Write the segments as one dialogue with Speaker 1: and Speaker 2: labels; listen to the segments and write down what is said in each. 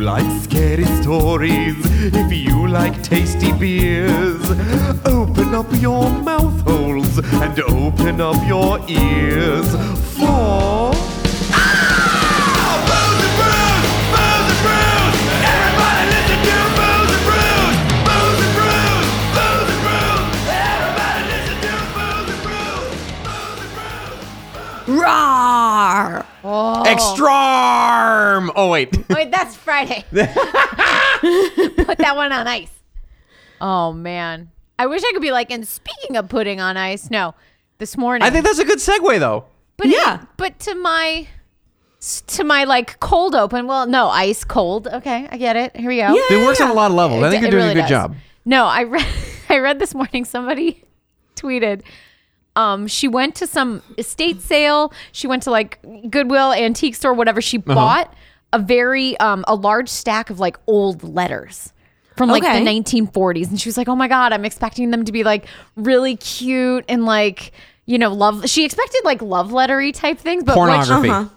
Speaker 1: like scary stories, if you like tasty beers, open up your mouth holes and open up your ears for.
Speaker 2: Rawr!
Speaker 3: Extra arm. Oh wait.
Speaker 2: Wait, that's Friday. Put that one on ice. Oh man, I wish I could be like. And speaking of putting on ice, no, this morning.
Speaker 3: I think that's a good segue though.
Speaker 2: but
Speaker 4: Yeah.
Speaker 2: but to my to my like cold open. Well, no, ice cold. Okay, I get it. Here we go.
Speaker 3: It works on a lot of levels. I think
Speaker 2: It-
Speaker 3: you're
Speaker 2: it
Speaker 3: doing
Speaker 2: really
Speaker 3: a good
Speaker 2: does.
Speaker 3: job.
Speaker 2: No, I read I read this morning somebody tweeted um she went to some estate sale, she went to like Goodwill antique store whatever she
Speaker 3: Uh-huh.
Speaker 2: bought a very um a large stack of like old letters from like
Speaker 4: Okay.
Speaker 2: the 1940s and she was like, "Oh my god, I'm expecting them to be like really cute and like you know, love. She expected like love lettery type things, but
Speaker 3: Pornography.
Speaker 2: Uh-huh.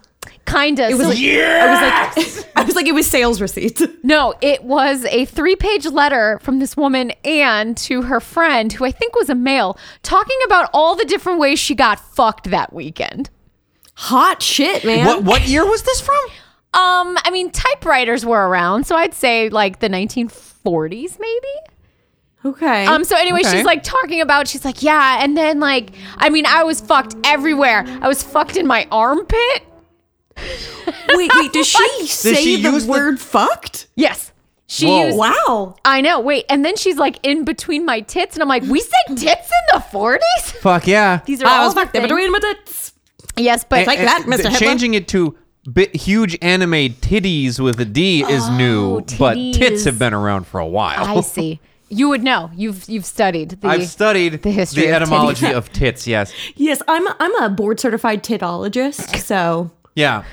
Speaker 2: kind of. It was
Speaker 3: Yeah.
Speaker 2: I was like,
Speaker 4: I was like, it was sales receipts.
Speaker 2: no, it was a three page letter from this woman and to her friend, who I think was a male, talking about all the different ways she got fucked that weekend.
Speaker 4: Hot shit, man.
Speaker 3: What what year was this from?
Speaker 2: Um, I mean, typewriters were around, so I'd say like the 1940s, maybe.
Speaker 4: Okay.
Speaker 2: Um, so anyway,
Speaker 3: Okay.
Speaker 2: she's like talking about, she's like, yeah, and then like, I mean, I was fucked everywhere. I was fucked in my armpit.
Speaker 4: wait, wait. Does she say
Speaker 3: she
Speaker 4: the
Speaker 3: use the-
Speaker 4: word "fucked"?
Speaker 2: Yes. She
Speaker 3: Whoa.
Speaker 2: used,
Speaker 4: Wow.
Speaker 2: I know, wait. And then she's like in between my tits, and I'm like, we said tits in the 40s?
Speaker 3: Fuck yeah.
Speaker 2: These are
Speaker 4: I
Speaker 2: all
Speaker 4: was
Speaker 2: the
Speaker 4: fucked in
Speaker 2: things-
Speaker 4: between my tits.
Speaker 2: Yes, but
Speaker 4: like that, Mr. Hitler.
Speaker 3: Changing it to bi- huge anime titties with a D is new, but tits
Speaker 2: Oh, titties.
Speaker 3: have been around for a while.
Speaker 2: I see. You would know. You've you've studied the.
Speaker 3: Oh. I've studied
Speaker 2: the history of
Speaker 3: etymology
Speaker 2: titties.
Speaker 3: of tits. Yes,
Speaker 4: Yes, I'm. A, I'm a board certified titologist. So
Speaker 3: yeah.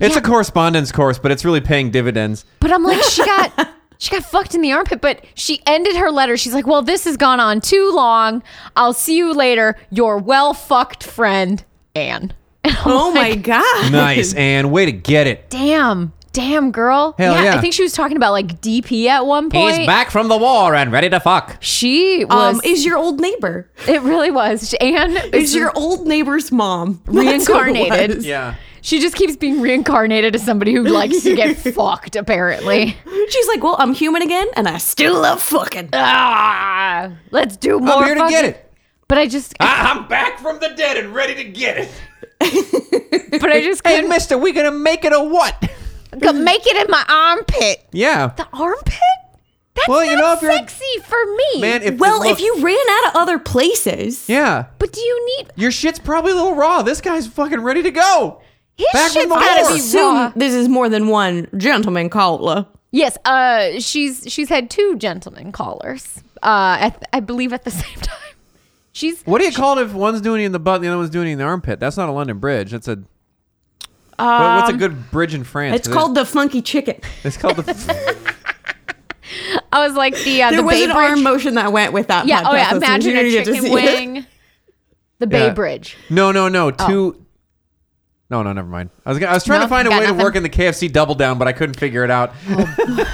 Speaker 3: It's a correspondence course, but it's really paying dividends.
Speaker 2: But I'm like, she got she got fucked in the armpit. But she ended her letter. She's like, well, this has gone on too long. I'll see you later. Your well fucked friend Anne. And I'm
Speaker 4: Oh my
Speaker 2: like,
Speaker 4: god.
Speaker 3: Nice and way to get it.
Speaker 2: Damn. Damn, girl.
Speaker 3: Hell yeah.
Speaker 2: I think she was talking about like DP at one point.
Speaker 3: He's back from the war and ready to fuck.
Speaker 2: She was.
Speaker 4: Um, is your old neighbor?
Speaker 2: it really was. She- Anne
Speaker 4: Is your old neighbor's mom That's what it
Speaker 2: Reincarnated.
Speaker 4: was.
Speaker 3: Yeah.
Speaker 2: She just keeps being reincarnated as somebody who likes to get fucked. Apparently.
Speaker 4: She's like, well, I'm human again, and I still love fucking.
Speaker 2: Ah, let's do more.
Speaker 3: I'm here to get
Speaker 2: fucking-
Speaker 3: it.
Speaker 2: But I just,
Speaker 3: I- I'm back from the dead and ready to get it.
Speaker 2: but I just
Speaker 3: Hey,
Speaker 2: couldn't
Speaker 3: Mister, we gonna make it a what?
Speaker 2: could make it in my armpit.
Speaker 3: Yeah.
Speaker 2: The armpit? That's
Speaker 3: Well, you
Speaker 2: not
Speaker 3: know, if you're-
Speaker 2: sexy for me.
Speaker 3: Man, if
Speaker 4: Well,
Speaker 3: look-
Speaker 4: if you ran out of other places,
Speaker 3: yeah,
Speaker 2: but do you need
Speaker 3: your shit's probably a little raw. This guy's fucking ready to go.
Speaker 2: his
Speaker 3: Back
Speaker 2: shit's
Speaker 3: from the
Speaker 2: gotta
Speaker 3: war.
Speaker 2: be
Speaker 4: assume
Speaker 2: raw.
Speaker 4: this is more than one gentleman caller.
Speaker 2: Yes, uh, she's she's had two gentlemen callers. Uh, at, I believe at the same time. She's
Speaker 3: What do you call it if one's doing it in the butt and the other one's doing it in the armpit? That's not a London bridge. That's a. what- what's a good bridge in France?
Speaker 4: Um, It's
Speaker 3: 'Cause
Speaker 4: called the funky chicken.
Speaker 3: It's called the.
Speaker 2: I was like the uh,
Speaker 4: There
Speaker 2: the
Speaker 4: was
Speaker 2: Bay
Speaker 4: an
Speaker 2: Bridge.
Speaker 4: arm motion that went with that.
Speaker 2: yeah,
Speaker 4: podcast
Speaker 2: oh yeah,
Speaker 4: listener.
Speaker 2: imagine
Speaker 4: You
Speaker 2: a
Speaker 4: didn't get to
Speaker 2: chicken
Speaker 4: see it.
Speaker 2: wing. The Bay
Speaker 3: Yeah.
Speaker 2: Bridge.
Speaker 3: no, no, no.
Speaker 4: Oh.
Speaker 3: Two. No, no, never mind. I was gonna, I was trying
Speaker 2: No,
Speaker 3: to find a
Speaker 2: got
Speaker 3: way to
Speaker 2: nothing.
Speaker 3: work in the KFC double down, but I couldn't figure it out.
Speaker 2: It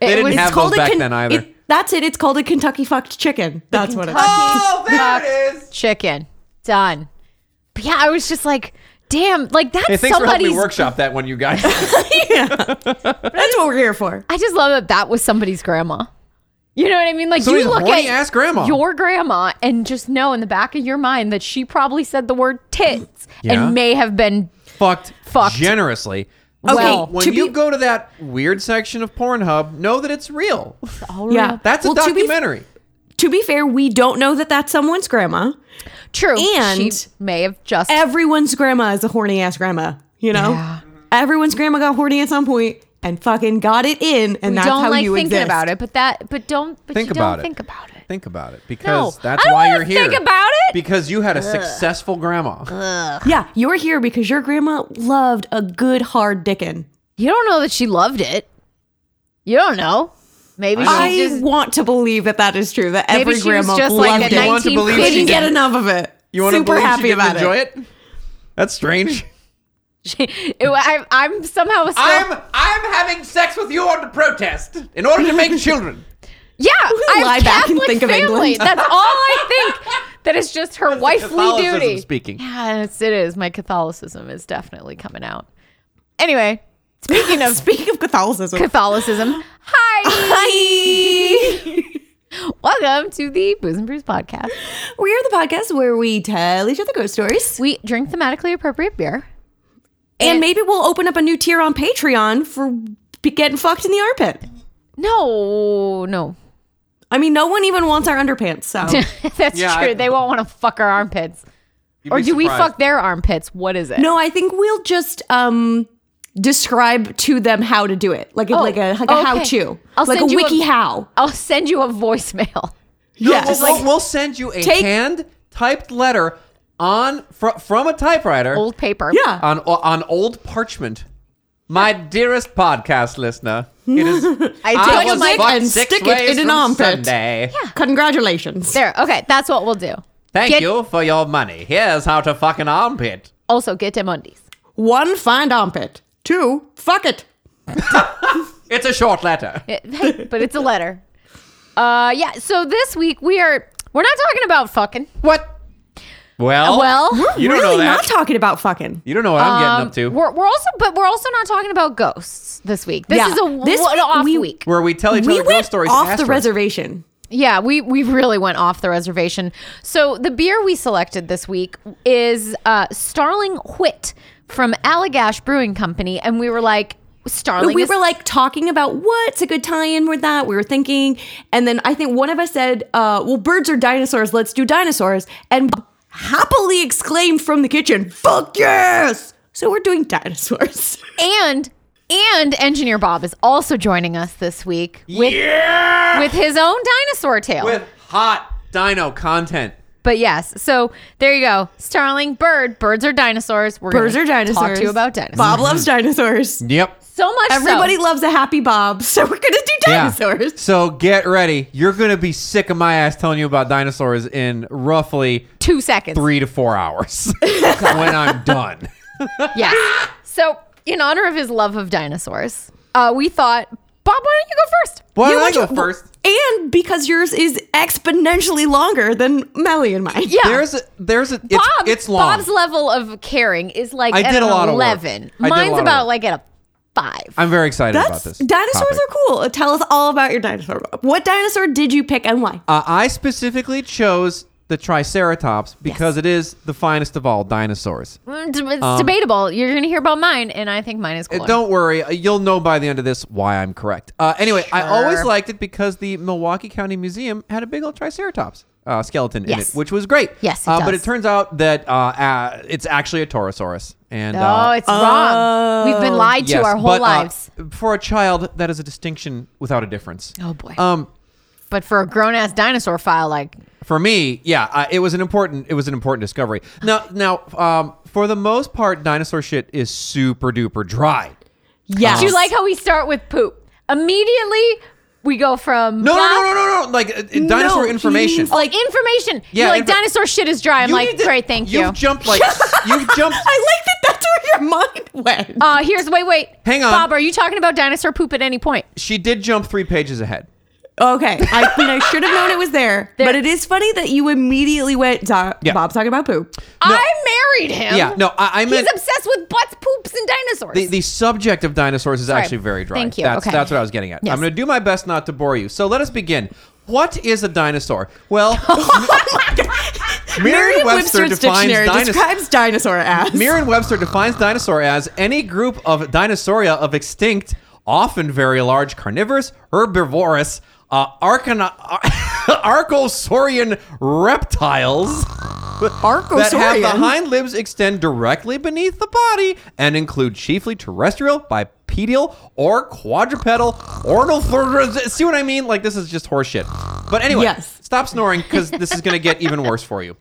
Speaker 3: didn't
Speaker 2: was
Speaker 3: have
Speaker 4: It's called
Speaker 3: those
Speaker 4: a
Speaker 3: back
Speaker 4: Ken-
Speaker 3: then either.
Speaker 4: it- that's it. It's called a Kentucky fucked chicken. That's what it is.
Speaker 3: oh, there it is.
Speaker 2: chicken. Done. But yeah, I was just like, damn, like that's
Speaker 3: Hey, thanks for helping
Speaker 2: somebody's
Speaker 3: me workshop that one, you guys.
Speaker 4: That's what we're here for.
Speaker 2: I just love that that was somebody's grandma. You know what I mean? Like
Speaker 3: Somebody's
Speaker 2: you look
Speaker 3: horny
Speaker 2: at
Speaker 3: ass grandma.
Speaker 2: your grandma, and just know in the back of your mind that she probably said the word tits
Speaker 3: Yeah.
Speaker 2: and may have been.
Speaker 3: fucked,
Speaker 2: Fucked.
Speaker 3: generously.
Speaker 2: Okay,
Speaker 3: Well,
Speaker 4: to
Speaker 3: when
Speaker 4: be-
Speaker 3: you go to that weird section of Pornhub, know that it's real.
Speaker 2: All
Speaker 4: Yeah.
Speaker 2: real.
Speaker 3: That's
Speaker 4: Well,
Speaker 3: a
Speaker 4: to be-
Speaker 3: documentary.
Speaker 4: To be fair, we don't know that that's someone's grandma.
Speaker 2: true.
Speaker 4: And-
Speaker 2: she may have just
Speaker 4: Everyone's grandma is a horny ass grandma. You know,
Speaker 2: Yeah.
Speaker 4: everyone's grandma got horny at some point and fucking got it in, and
Speaker 2: we
Speaker 4: that's
Speaker 2: don't
Speaker 4: how
Speaker 2: like
Speaker 4: you
Speaker 2: thinking
Speaker 4: exist.
Speaker 2: about it, but that but don't but
Speaker 3: Think
Speaker 2: you
Speaker 3: about
Speaker 2: don't
Speaker 3: it.
Speaker 2: think about it.
Speaker 3: Think about it
Speaker 2: No,
Speaker 3: because
Speaker 2: I
Speaker 3: that's
Speaker 2: don't
Speaker 3: why
Speaker 2: wanna
Speaker 3: you're here.
Speaker 2: think about it.
Speaker 3: Because you had a successful grandma.
Speaker 4: Yeah, you're here because your grandma loved a good hard dickin.
Speaker 2: You don't know that she loved it. You don't know. Maybe she
Speaker 4: I
Speaker 2: just
Speaker 4: want to believe that that is true. That
Speaker 2: Maybe
Speaker 4: every
Speaker 2: she was
Speaker 4: grandma
Speaker 2: just like
Speaker 4: loved
Speaker 2: a
Speaker 4: it.
Speaker 3: You want to believe she
Speaker 4: Couldn't
Speaker 3: did.
Speaker 4: get enough of it.
Speaker 3: You
Speaker 4: want
Speaker 3: want
Speaker 4: to Super
Speaker 3: to believe
Speaker 4: happy
Speaker 3: she didn't
Speaker 4: about
Speaker 3: enjoy it? That's strange.
Speaker 2: She, it, I, I'm somehow still.
Speaker 5: I'm I'm having sex with you on the protest in order to make children.
Speaker 2: yeah, I
Speaker 4: Lie
Speaker 2: have
Speaker 4: back and
Speaker 2: Catholic
Speaker 4: think of
Speaker 2: family.
Speaker 4: England.
Speaker 2: That's all I think. That is just her wifely
Speaker 3: Catholicism
Speaker 2: duty.
Speaker 3: speaking.
Speaker 2: Yeah, it's, it is. My Catholicism is definitely coming out. Anyway, speaking of
Speaker 4: Speaking of Catholicism,
Speaker 2: Catholicism, hi,
Speaker 4: hi.
Speaker 2: welcome to the Booze and Brews podcast.
Speaker 4: we are the podcast where we tell each other ghost stories,
Speaker 2: We drink thematically appropriate beer.
Speaker 4: and maybe we'll open up a new tier on Patreon for be- getting fucked in the armpit.
Speaker 2: No, no,
Speaker 4: I mean, no one even wants our underpants, so
Speaker 2: that's
Speaker 3: Yeah,
Speaker 2: true.
Speaker 3: I-
Speaker 2: they won't want to fuck our armpits.
Speaker 3: You'd
Speaker 2: Or
Speaker 3: be
Speaker 2: do we
Speaker 3: surprised.
Speaker 2: fuck their armpits? What is it?
Speaker 4: no. I think we'll just um describe to them how to do it, like a,
Speaker 2: Oh,
Speaker 4: like a like a
Speaker 2: okay.
Speaker 4: how to,
Speaker 2: I'll
Speaker 4: like a
Speaker 2: send you a-
Speaker 4: wiki how.
Speaker 2: I'll send you a voicemail.
Speaker 3: No,
Speaker 4: Yes.
Speaker 3: we'll, we'll- we'll send you a
Speaker 4: Take-
Speaker 3: hand typed letter on fr- from a typewriter
Speaker 2: Old paper.
Speaker 4: Yeah.
Speaker 3: on on old parchment. My dearest podcast listener, it is. I,
Speaker 2: touch
Speaker 3: was
Speaker 2: my-
Speaker 3: fucked
Speaker 4: and
Speaker 3: six
Speaker 4: stick it
Speaker 3: ways
Speaker 4: in an
Speaker 3: from
Speaker 4: armpit.
Speaker 3: Sunday.
Speaker 4: Congratulations.
Speaker 2: There. Okay, that's what we'll do.
Speaker 3: Thank
Speaker 2: Get-
Speaker 3: you for your money. Here's how to fuck an armpit.
Speaker 2: Also, get them undies.
Speaker 4: One, find armpit. Two, fuck it.
Speaker 3: It's a short letter.
Speaker 2: It- hey, but it's a letter. Uh, yeah. So this week we are we're not talking about fucking.
Speaker 3: What? Well,
Speaker 2: Well, um,
Speaker 3: you don't
Speaker 4: really
Speaker 3: know that.
Speaker 4: not Um, talking about fucking.
Speaker 3: you don't know what I'm getting up to.
Speaker 2: we're, we're also but we're also not talking about ghosts this week. This
Speaker 4: Yeah.
Speaker 2: is a
Speaker 4: This
Speaker 2: this
Speaker 4: week
Speaker 2: off
Speaker 4: we-
Speaker 2: week.
Speaker 3: where we tell each
Speaker 4: We
Speaker 3: other ghost
Speaker 4: went
Speaker 3: stories.
Speaker 4: off the
Speaker 3: asterisk.
Speaker 4: reservation.
Speaker 2: Yeah, we we really went off the reservation. So the beer we selected this week is uh, Starling Whit from Allagash Brewing Company, and we were like, Starling.
Speaker 4: we
Speaker 2: is-
Speaker 4: were like talking about what's a good tie-in with that. We were thinking, and then I think one of us said, uh, "Well, birds are dinosaurs. Let's do dinosaurs." And Bob happily exclaimed from the kitchen, "Fuck yes!" So we're doing dinosaurs.
Speaker 2: and and engineer Bob is also joining us this week with
Speaker 3: yeah,
Speaker 2: with his own dinosaur tale.
Speaker 3: with hot dino content.
Speaker 2: but yes, so there you go. Starling bird, birds are dinosaurs. We're
Speaker 4: Birds
Speaker 2: gonna
Speaker 4: are dinosaurs.
Speaker 2: Talk to you about dinosaurs.
Speaker 4: Bob loves dinosaurs.
Speaker 3: Yep.
Speaker 2: So much so-
Speaker 4: Everybody loves a happy Bob, so we're gonna do dinosaurs.
Speaker 3: So get ready. You're gonna be sick of my ass telling you about dinosaurs in roughly
Speaker 2: two seconds.
Speaker 3: three to four hours when I'm done.
Speaker 2: Yes. So, in honor of his love of dinosaurs, uh, we thought, Bob, why don't you go first?
Speaker 3: Why don't I
Speaker 4: want
Speaker 3: go
Speaker 4: to-
Speaker 3: first?
Speaker 4: And because yours is exponentially longer than Melly and mine.
Speaker 2: Yeah.
Speaker 3: There's a there's a it's,
Speaker 2: Bob,
Speaker 3: it's long.
Speaker 2: Bob's level of caring is like
Speaker 3: I
Speaker 2: at
Speaker 3: did
Speaker 2: an
Speaker 3: a lot of work.
Speaker 2: 11.
Speaker 3: I did a
Speaker 2: Mine's
Speaker 3: lot of
Speaker 2: about
Speaker 3: work.
Speaker 2: like at a five.
Speaker 3: I'm very excited
Speaker 4: That's
Speaker 3: about this.
Speaker 4: dinosaurs
Speaker 3: topic.
Speaker 4: are cool. Tell us all about your dinosaur. Bob. What dinosaur did you pick and why?
Speaker 3: Uh, I specifically chose the Triceratops because it is the finest of all dinosaurs.
Speaker 2: Mm, d- it's debatable. You're going to hear about mine, and I think mine is
Speaker 3: Uh,
Speaker 2: cooler.
Speaker 3: Um, Don't worry, uh, you'll know by the end of this why I'm correct. Uh, anyway, I always liked it because the Milwaukee County Museum had a big old Triceratops uh, skeleton in
Speaker 2: Yes.
Speaker 3: it, which was great.
Speaker 2: Yes, it
Speaker 3: uh, but
Speaker 2: does.
Speaker 3: it turns out that uh, uh, it's actually a Taurosaurus, and
Speaker 2: Oh,
Speaker 3: uh,
Speaker 2: it's wrong. We've been lied to
Speaker 3: yes,
Speaker 2: our whole
Speaker 3: but, uh,
Speaker 2: lives.
Speaker 3: for a child, that is a distinction without a difference.
Speaker 2: Oh, boy.
Speaker 3: Um,
Speaker 2: but for a grown ass dinosaur file, like,
Speaker 3: for me, yeah, uh, it was an important it was an important discovery. Now, now, um, for the most part, dinosaur shit is super duper dry.
Speaker 4: Yes.
Speaker 3: uh,
Speaker 2: do you like how we start with poop? Immediately, we go from.
Speaker 3: No, no,
Speaker 2: Bob-
Speaker 3: no, no, no, no. Like uh, dinosaur
Speaker 4: he
Speaker 3: information.
Speaker 4: means,
Speaker 2: Oh, Like information.
Speaker 3: Yeah,
Speaker 2: You're like
Speaker 3: info-
Speaker 2: dinosaur shit is dry. I'm
Speaker 3: You
Speaker 2: like,
Speaker 3: need to-
Speaker 2: great, thank you.
Speaker 3: You've jumped like you've jumped.
Speaker 4: I like that that's where your mind went.
Speaker 2: Uh, here's wait, wait.
Speaker 3: Hang on.
Speaker 2: Bob. Are you talking about dinosaur poop at any point?
Speaker 3: She did jump three pages ahead.
Speaker 4: okay. I mean, I should have known it was there. But it is funny that you immediately went, "Zo-
Speaker 3: Yeah.
Speaker 4: Bob's talking about poop.
Speaker 2: I married him.
Speaker 3: Yeah, no, I- I meant-
Speaker 2: he's obsessed with butts, poops, and dinosaurs.
Speaker 3: The, the subject of dinosaurs is
Speaker 2: Sorry.
Speaker 3: actually very dry.
Speaker 2: Thank you.
Speaker 3: That's,
Speaker 2: Okay.
Speaker 3: that's what I was getting at.
Speaker 2: Yes.
Speaker 3: I'm going to do my best not to bore you. So let us begin. What is a dinosaur? Well,
Speaker 2: Oh
Speaker 3: Merriam-Webster
Speaker 4: Merriam-Webster's
Speaker 3: defines
Speaker 4: dictionary
Speaker 3: dinos-
Speaker 4: describes dinosaur as
Speaker 3: Merriam Webster defines dinosaur as any group of dinosauria of extinct, often very large carnivorous, herbivorous, uh, archano- ar- archosaurian reptiles. That have the
Speaker 4: Archosaurian?
Speaker 3: hind limbs extend directly beneath the body and include chiefly terrestrial, bipedal, or quadrupedal ornithorhynchs. See what I mean? Like this is just horseshit. But anyway,
Speaker 4: Yes.
Speaker 3: stop snoring because this is going to get even worse for you.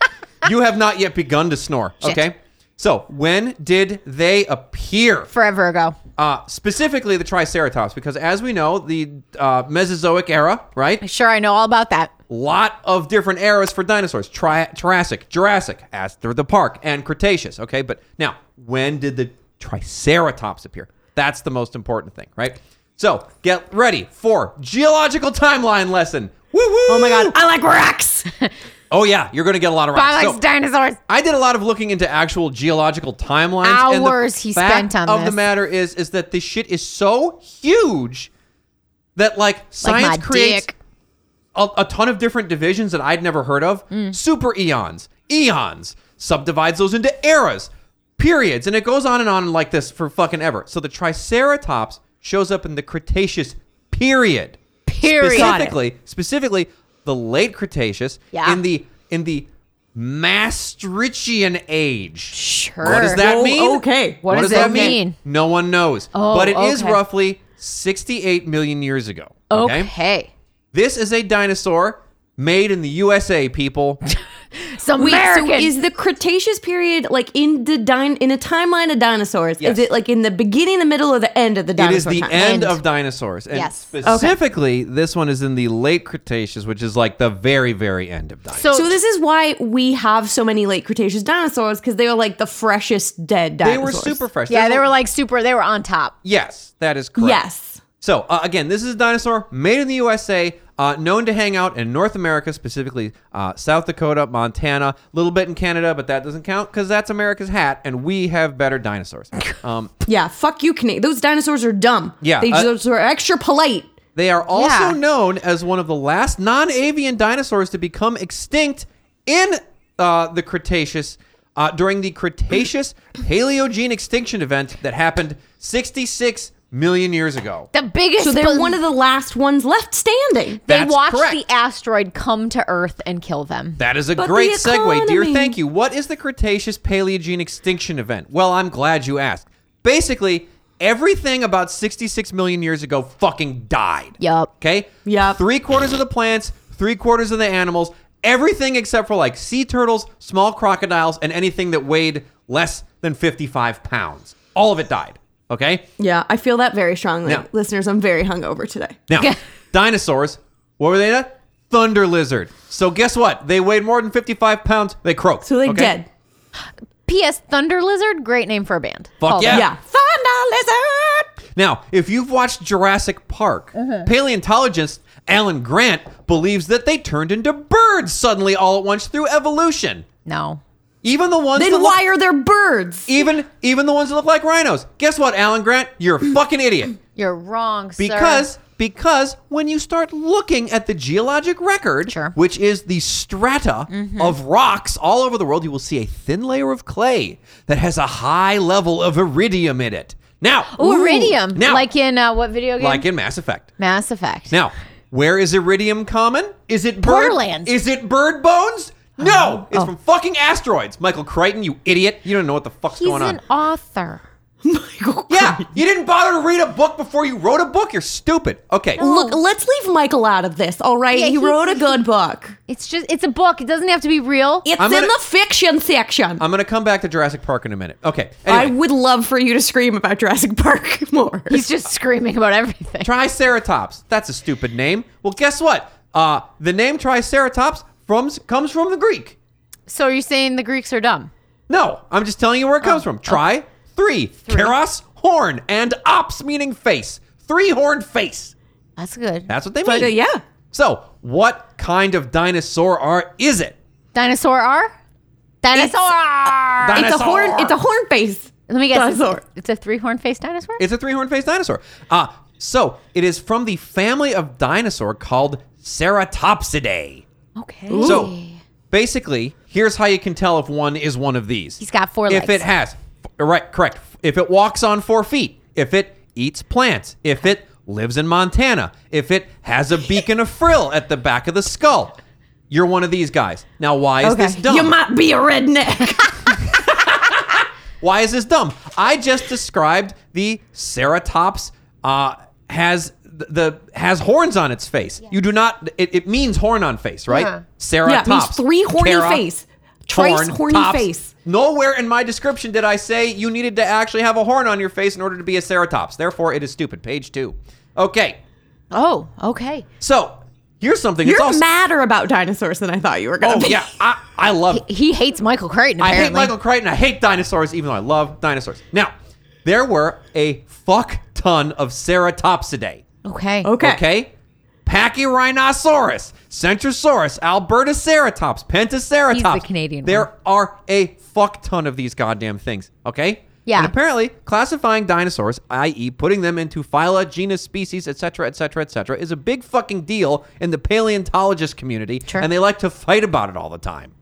Speaker 3: You have not yet begun to snore. Okay. So when did they appear?
Speaker 2: Forever ago.
Speaker 3: Uh, specifically, the Triceratops, because as we know, the uh, Mesozoic era, right?
Speaker 2: Sure, I know all about that.
Speaker 3: lot of different eras for dinosaurs Tri- Jurassic, Jurassic, as through the park, and Cretaceous. Okay, but now, when did the Triceratops appear. That's the most important thing, right? So get ready for geological timeline lesson. Woo woo!
Speaker 4: Oh my god, I like rocks.
Speaker 3: Oh yeah, you're gonna get a lot of rocks.
Speaker 2: I
Speaker 3: So-
Speaker 2: like dinosaurs.
Speaker 3: I did a lot of looking into actual geological timelines. and the
Speaker 2: Hours he
Speaker 3: fact
Speaker 2: spent on
Speaker 3: of the
Speaker 2: this.
Speaker 3: matter is, is that this shit is so huge that like science
Speaker 2: like my
Speaker 3: creates
Speaker 2: dick.
Speaker 3: a, a ton of different divisions that I'd never heard of.
Speaker 2: Mm.
Speaker 3: Super eons, eons, subdivides those into eras, periods, and it goes on and on like this for fucking ever. So the Triceratops shows up in the Cretaceous period.
Speaker 2: Period.
Speaker 3: Specifically, specifically the late Cretaceous
Speaker 2: Yeah.
Speaker 3: in the in the Maastrichtian age.
Speaker 2: Sure.
Speaker 3: What does that
Speaker 4: Oh,
Speaker 3: mean?
Speaker 4: okay.
Speaker 2: What does that mean?
Speaker 3: No one knows.
Speaker 2: Oh,
Speaker 3: but it is
Speaker 2: okay.
Speaker 3: roughly 68 million years ago.
Speaker 2: Okay.
Speaker 3: This is a dinosaur made in the USA, people.
Speaker 2: Some
Speaker 4: Wait,
Speaker 2: American.
Speaker 4: so is the Cretaceous period like in the din- in a timeline of dinosaurs?
Speaker 3: Yes.
Speaker 4: Is it like in the beginning, the middle, or the end of the
Speaker 3: It is
Speaker 4: dinosaur
Speaker 3: the
Speaker 4: time?
Speaker 3: end
Speaker 2: End.
Speaker 3: of dinosaurs. And
Speaker 2: Yes. Okay.
Speaker 3: specifically, this one is in the late Cretaceous, which is like the very, very end of dinosaurs.
Speaker 2: so,
Speaker 4: So this is why we have so many late Cretaceous dinosaurs because they were like the freshest dead
Speaker 3: they
Speaker 4: dinosaurs.
Speaker 3: were super fresh.
Speaker 2: yeah,
Speaker 3: There's
Speaker 2: they
Speaker 3: a-
Speaker 2: were like super. They were on top.
Speaker 3: Yes, that is correct.
Speaker 4: Yes.
Speaker 3: So uh, again, this is a dinosaur made in the USA, uh, known to hang out in North America, specifically uh, South Dakota, Montana, a little bit in Canada, but that doesn't count because that's America's hat, and we have better dinosaurs. Um,
Speaker 4: Yeah. Fuck you, Canadian. Those dinosaurs are dumb.
Speaker 3: Yeah,
Speaker 4: They
Speaker 3: uh,
Speaker 4: just are extra polite.
Speaker 3: they are also
Speaker 2: Yeah.
Speaker 3: known as one of the last non-avian dinosaurs to become extinct in uh, the Cretaceous. Uh, during the Cretaceous Paleogene extinction event that happened 66 million years ago.
Speaker 2: The biggest.
Speaker 4: So they're
Speaker 2: bel-
Speaker 4: one of the last ones left standing.
Speaker 2: They
Speaker 3: That's
Speaker 2: watched
Speaker 3: correct.
Speaker 2: the asteroid come to Earth and kill them.
Speaker 3: That is a
Speaker 4: But
Speaker 3: great
Speaker 4: the
Speaker 3: segue, dear.
Speaker 4: economy.
Speaker 3: Thank you. What is the Cretaceous Paleogene extinction event? Well, I'm glad you asked. Basically, everything about 66 million years ago fucking died.
Speaker 2: Yup.
Speaker 3: Okay?
Speaker 4: Yup.
Speaker 3: Three quarters of the plants, three quarters of the animals, everything except for like sea turtles, small crocodiles, and anything that weighed less than 55 pounds. All of it died. Okay?
Speaker 4: Yeah, I feel that very strongly.
Speaker 3: Yeah.
Speaker 4: Listeners, I'm very hungover today.
Speaker 3: Now, dinosaurs, what were they? At? Thunder lizard. So guess what? They weighed more than 55 pounds. They croaked.
Speaker 4: So they
Speaker 3: okay?
Speaker 4: dead.
Speaker 2: P.S. Thunder Lizard, great name for a band.
Speaker 3: Fuck
Speaker 2: Call
Speaker 3: yeah.
Speaker 2: them.
Speaker 4: Yeah. Thunder lizard.
Speaker 3: Now, if you've watched Jurassic Park,
Speaker 2: Mm-hmm.
Speaker 3: paleontologist Alan Grant believes that they turned into birds suddenly all at once through evolution.
Speaker 2: No.
Speaker 3: Even the ones that
Speaker 4: Then
Speaker 3: look,
Speaker 4: why are there birds?
Speaker 3: even even the ones that look like rhinos. Guess what, Alan Grant? You're a fucking idiot.
Speaker 2: You're wrong, sir.
Speaker 3: Because because when you start looking at the geologic record,
Speaker 2: Sure. Mm-hmm.
Speaker 3: which is the strata of rocks all over the world, you will see a thin layer of clay that has a high level of iridium in it. Now,
Speaker 2: Ooh, iridium.
Speaker 3: Now,
Speaker 2: like in uh, what video game?
Speaker 3: like in Mass Effect.
Speaker 2: Mass Effect.
Speaker 3: Now, where is iridium common? Is it bird?
Speaker 2: Borderlands.
Speaker 3: Is it bird bones? No, it's from fucking asteroids. Michael Crichton, you idiot! You don't know what the fuck's
Speaker 2: He's
Speaker 3: going on.
Speaker 2: an author.
Speaker 4: Michael.
Speaker 3: yeah, you didn't bother to read a book before you wrote a book. You're stupid. Okay,
Speaker 4: Look, let's leave Michael out of this, all right?
Speaker 2: Yeah,
Speaker 4: he
Speaker 2: he-
Speaker 4: wrote a good book.
Speaker 2: It's just it's a book. It doesn't have to be real.
Speaker 4: It's
Speaker 3: I'm
Speaker 4: in
Speaker 3: gonna-
Speaker 4: the fiction section.
Speaker 3: I'm gonna come back to Jurassic Park in a minute. Okay,
Speaker 4: I
Speaker 3: anyway,
Speaker 4: would love for you to scream about Jurassic Park more.
Speaker 2: He's just screaming about everything.
Speaker 3: Triceratops. That's a stupid name. Well, guess what? Uh, the name Triceratops from comes from the Greek.
Speaker 2: So you're saying the Greeks are dumb?
Speaker 3: No, I'm just telling you where it comes from. Try three. Keros, horn, and ops meaning face. Three horned face.
Speaker 2: That's good.
Speaker 3: That's what they
Speaker 4: but
Speaker 3: mean.
Speaker 4: uh, yeah.
Speaker 3: So, what kind of dinosaur are is it?
Speaker 2: Dinosaur R? Dinosaur! R!
Speaker 4: It's a horn it's a horn face.
Speaker 2: Let me guess. it's-
Speaker 4: dinosaur.
Speaker 2: It's a three horn faced dinosaur?
Speaker 3: It's a three-horned faced dinosaur. Uh, so it is from the family of dinosaur called Ceratopsidae.
Speaker 2: okay.
Speaker 3: So basically, here's how you can tell if one is one of these.
Speaker 2: He's got four
Speaker 3: If
Speaker 2: legs.
Speaker 3: it has, right, correct. If it walks on four feet, if it eats plants, if it lives in Montana, if it has a beak and a frill at the back of the skull, you're one of these guys. Now, why is this dumb?
Speaker 4: You might be a redneck.
Speaker 3: Why is this dumb? I just described the ceratops uh, has the, the has horns on its face. You do not. It, it means horn on face, right?
Speaker 2: Yeah.
Speaker 4: yeah,
Speaker 3: Ceratops.
Speaker 4: means three horny
Speaker 3: Cara,
Speaker 4: face. Trice
Speaker 3: horn,
Speaker 4: horny
Speaker 3: tops.
Speaker 4: face.
Speaker 3: Nowhere in my description did I say you needed to actually have a horn on your face in order to be a ceratops. Therefore, it is stupid. Page two. Okay,
Speaker 2: oh, okay.
Speaker 3: so here's something.
Speaker 4: You're
Speaker 3: it's also,
Speaker 4: madder about dinosaurs than I thought you were gonna
Speaker 3: Oh
Speaker 4: be.
Speaker 3: yeah, I, I love. it.
Speaker 2: He hates Michael Crichton,
Speaker 3: I
Speaker 2: apparently.
Speaker 3: hate Michael Crichton. I hate dinosaurs, even though I love dinosaurs. Now, There were a fuck ton of ceratopsidae.
Speaker 2: Okay.
Speaker 4: Okay.
Speaker 3: Okay? Pachyrhinosaurus, Centrosaurus, Albertoceratops, Pentaceratops.
Speaker 2: He's the Canadian
Speaker 3: There
Speaker 2: one.
Speaker 3: are a fuck ton of these goddamn things. Okay?
Speaker 2: Yeah.
Speaker 3: And apparently, classifying dinosaurs, i.e., putting them into phyla, genus, species, etc., etc., etc., is a big fucking deal in the paleontologist community,
Speaker 2: Sure.
Speaker 3: and they like to fight about it all the time.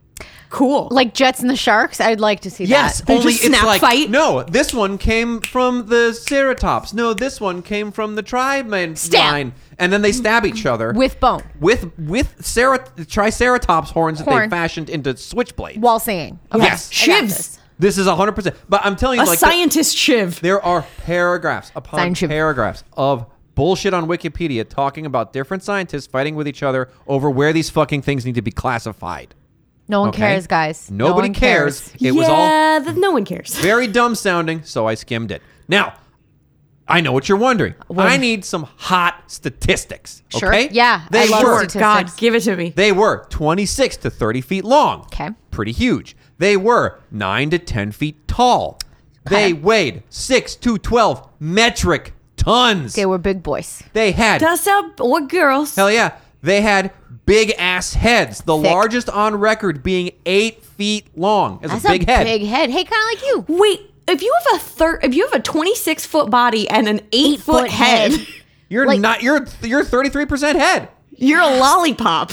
Speaker 4: Cool.
Speaker 2: Like Jets and the Sharks, I'd like to see
Speaker 3: Yes,
Speaker 2: that.
Speaker 4: They
Speaker 3: only
Speaker 4: just
Speaker 3: it's
Speaker 4: snap
Speaker 3: like
Speaker 4: fight?
Speaker 3: no. This one came from the ceratops. No, this one came from the triman
Speaker 2: Stab.
Speaker 3: line, and then they stab each other
Speaker 2: With bone.
Speaker 3: with with cerat- triceratops horns that they
Speaker 2: Horn.
Speaker 3: fashioned into switchblades.
Speaker 2: While singing. Okay.
Speaker 3: Yes.
Speaker 2: I got
Speaker 4: Shivs.
Speaker 2: this.
Speaker 3: This is hundred percent. But I'm telling you,
Speaker 4: a
Speaker 3: like the-
Speaker 4: scientist shiv.
Speaker 3: there are paragraphs upon
Speaker 2: Science shiv.
Speaker 3: paragraphs of bullshit on Wikipedia talking about different scientists fighting with each other over where these fucking things need to be classified.
Speaker 2: No one
Speaker 3: Okay?
Speaker 2: cares, guys. No
Speaker 3: Nobody
Speaker 2: one
Speaker 3: cares. It was all
Speaker 4: Yeah, th- no one cares.
Speaker 3: very dumb sounding, so I skimmed it. Now, I know what you're wondering. I need some hot statistics.
Speaker 2: Sure.
Speaker 3: Okay?
Speaker 2: Yeah, I
Speaker 3: They
Speaker 2: love
Speaker 3: were.
Speaker 2: statistics.
Speaker 4: God, give it to me.
Speaker 3: They were 26 to 30 feet long.
Speaker 2: Okay.
Speaker 3: Pretty huge. They were 9 to 10 feet tall. They
Speaker 2: Okay.
Speaker 3: weighed 6 to 12 metric tons.
Speaker 2: They were big boys.
Speaker 3: They had
Speaker 4: That's up what girls?
Speaker 3: Hell yeah. They had big ass heads, the
Speaker 2: Thick.
Speaker 3: largest on record being 8 feet long. As
Speaker 2: That's
Speaker 3: a big head.
Speaker 2: Big head. Hey, kind of like you.
Speaker 4: Wait, if you have a third, if you have a 26 foot body and an 8, foot,
Speaker 2: Foot
Speaker 4: head,
Speaker 3: You're
Speaker 2: Like-
Speaker 3: not you're you're 33% head.
Speaker 4: you're a lollipop.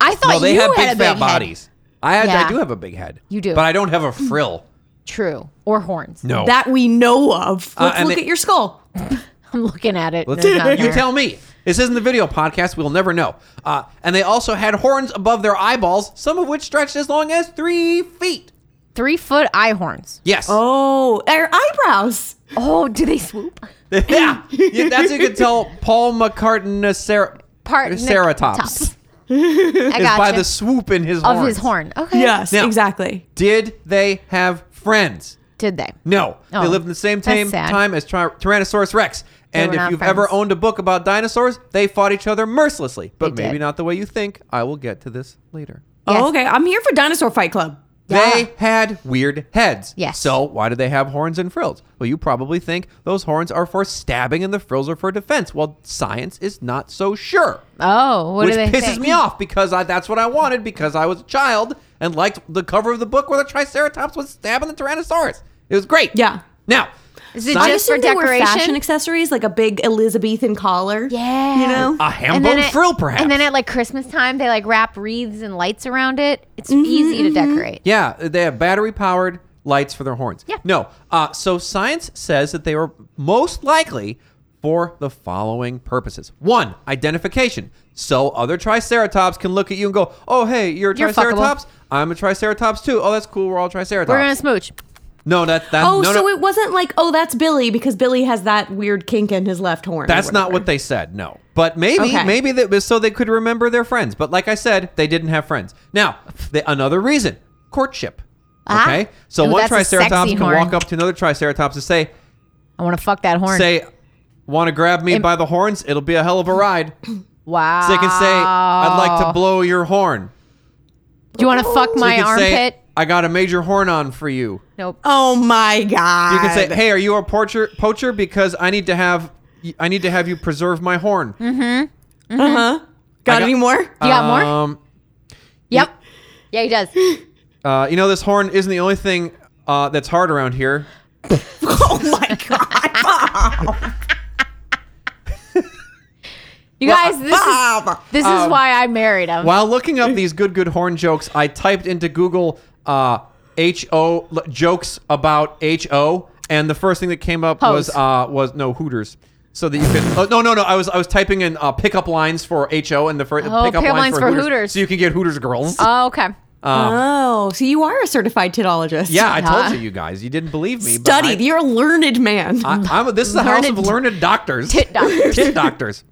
Speaker 2: I thought
Speaker 3: No, they
Speaker 2: you
Speaker 3: have
Speaker 2: had
Speaker 3: big
Speaker 2: a
Speaker 3: fat
Speaker 2: big Head.
Speaker 3: bodies. I had, I
Speaker 2: Yeah.
Speaker 3: do have a big head.
Speaker 2: You do.
Speaker 3: but I don't have a frill.
Speaker 2: True. Or horns.
Speaker 3: No,
Speaker 4: That we know of.
Speaker 3: Uh,
Speaker 4: Let's
Speaker 3: and
Speaker 4: look
Speaker 3: they-
Speaker 4: at your skull.
Speaker 2: I'm looking at it.
Speaker 3: Let's
Speaker 2: It's not
Speaker 3: you
Speaker 2: there.
Speaker 3: tell me. This isn't the video podcast. We'll never know. Uh, and they also had horns above their eyeballs, some of which stretched as long as three feet.
Speaker 2: Three foot eye horns.
Speaker 3: Yes.
Speaker 4: Oh, our eyebrows.
Speaker 2: Oh, do they swoop?
Speaker 3: yeah. Yeah, That's how you can tell Paul McCartney Sarah.
Speaker 2: Part
Speaker 3: Ceratops.
Speaker 2: Tops. I
Speaker 3: Is
Speaker 2: got
Speaker 3: by the swoop in his
Speaker 2: of
Speaker 3: horns.
Speaker 2: his horn. Okay.
Speaker 4: Yes,
Speaker 3: Now-
Speaker 4: exactly.
Speaker 3: Did they have friends?
Speaker 2: Did they?
Speaker 3: No,
Speaker 2: Oh,
Speaker 3: they lived in the same
Speaker 2: that's
Speaker 3: time,
Speaker 2: sad.
Speaker 3: time as Tyr- Tyrannosaurus Rex. And
Speaker 2: were
Speaker 3: if
Speaker 2: not
Speaker 3: you've ever
Speaker 2: friends.
Speaker 3: owned a book about dinosaurs, they fought each other mercilessly, but
Speaker 2: They
Speaker 3: maybe
Speaker 2: did.
Speaker 3: not the way you think. I will get to this later.
Speaker 2: Yes.
Speaker 4: Oh, okay. I'm here for Dinosaur Fight Club.
Speaker 3: They had weird heads.
Speaker 2: Yes.
Speaker 3: So why do they have horns and frills? Well, you probably think those horns are for stabbing and the frills are for defense. Well, science is not so sure.
Speaker 2: Oh, what
Speaker 3: which
Speaker 2: do they
Speaker 3: pisses
Speaker 2: think?
Speaker 3: me off because I, that's what I wanted because I was a child and liked the cover of the book where the Triceratops was stabbing the Tyrannosaurus. It was great.
Speaker 4: Yeah.
Speaker 3: Now,
Speaker 2: Is it just
Speaker 3: science-
Speaker 2: for
Speaker 4: I assume they were
Speaker 2: decoration?
Speaker 4: fashion accessories, like a big Elizabethan collar.
Speaker 2: Yeah.
Speaker 4: You know?
Speaker 3: a
Speaker 2: And then
Speaker 3: hambone
Speaker 2: at-
Speaker 3: frill, perhaps.
Speaker 2: And then at like Christmas time, they like wrap wreaths and lights around it. It's easy to decorate.
Speaker 3: Yeah, they have battery powered lights for their horns.
Speaker 2: Yeah.
Speaker 3: No. Uh, so science says that they were most likely for the following purposes. One, identification. So other triceratops can look at you and go, oh, hey, you're a
Speaker 2: You're fuckable.
Speaker 3: triceratops. I'm a triceratops too. Oh, that's cool. We're all triceratops.
Speaker 2: We're gonna smooch.
Speaker 3: no, that, that,
Speaker 4: Oh,
Speaker 3: no,
Speaker 4: so
Speaker 3: no.
Speaker 4: it wasn't like, oh, that's Billy because Billy has that weird kink in his left horn. or
Speaker 3: That's not
Speaker 4: whatever.
Speaker 3: what they said, no. But maybe,
Speaker 4: Okay.
Speaker 3: maybe that was so they could remember their friends. But like I said, they didn't have friends. Now, the, another reason courtship.
Speaker 2: Ah.
Speaker 3: Okay. So
Speaker 2: Ooh,
Speaker 3: one
Speaker 2: that's a sexy
Speaker 3: triceratops can
Speaker 2: horn.
Speaker 3: walk up to another triceratops and say,
Speaker 2: I want to fuck that horn.
Speaker 3: say, want to grab me by the horns? It'll be a hell of a ride.
Speaker 2: wow.
Speaker 3: So they can say, I'd like to blow your horn.
Speaker 2: Do you want to fuck
Speaker 3: So you
Speaker 2: Oh. my
Speaker 3: can say,
Speaker 2: armpit?
Speaker 3: I got a major horn on for you.
Speaker 2: Nope.
Speaker 4: Oh my God.
Speaker 3: You can say, hey, are you a poacher? Poacher? Because I need to have, I need to have you preserve my horn.
Speaker 4: uh huh. Got,
Speaker 3: got-
Speaker 4: any more?
Speaker 2: Mm-hmm. You got more?
Speaker 3: Um,
Speaker 2: yep. Yeah, he does.
Speaker 3: Uh, you know, this horn isn't the only thing uh, that's hard around here.
Speaker 4: oh my God.
Speaker 2: You guys, this is
Speaker 4: Bob.
Speaker 2: this is
Speaker 3: Um,
Speaker 2: why I married him.
Speaker 3: While looking up these good, good horn jokes, I typed into Google uh, "ho" l- jokes about ho, and the first thing that came up
Speaker 2: Hose.
Speaker 3: was uh, was no Hooters. So that you could oh, no no no I was I was typing in uh, pickup lines for ho and the first
Speaker 2: Oh,
Speaker 3: pickup
Speaker 2: pickup
Speaker 3: lines,
Speaker 2: lines for
Speaker 3: for, Hooters,
Speaker 2: Hooters.
Speaker 3: so you can get Hooters girls.
Speaker 2: oh, okay.
Speaker 4: oh, so you are a certified titologist.
Speaker 3: yeah, I
Speaker 2: yeah.
Speaker 3: told you you guys you didn't believe me. but I-
Speaker 4: Studied. You're a learned man.
Speaker 3: I, I'm, this is a house of
Speaker 2: Mm. Learned-
Speaker 3: learned doctors.
Speaker 2: Tit doctors.
Speaker 3: Tit doctors.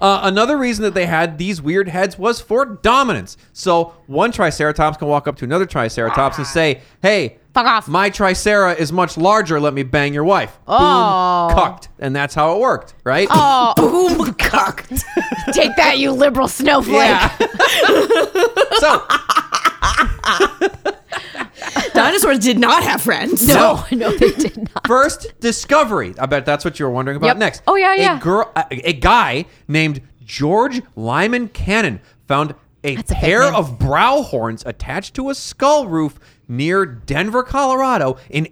Speaker 3: Uh, another reason that they had these weird heads was for dominance. So one triceratops can walk up to another triceratops and say, "Hey,
Speaker 2: Fuck off."
Speaker 3: My tricera is much larger. Let me bang your wife."
Speaker 2: Oh.
Speaker 3: Boom, cucked, and that's how it worked, right?
Speaker 2: Oh,
Speaker 4: Boom cocked.
Speaker 2: take that, you liberal snowflake.
Speaker 3: yeah. so
Speaker 4: Dinosaurs did not have friends.
Speaker 2: No, no, they did not.
Speaker 3: First discovery. I bet that's what you were wondering about
Speaker 2: Yep.
Speaker 3: next.
Speaker 2: Oh, yeah, yeah.
Speaker 3: A girl, a, a guy named George Lyman Cannon found a
Speaker 2: a fake
Speaker 3: pair
Speaker 2: name.
Speaker 3: of brow horns attached to a skull roof near Denver, Colorado, in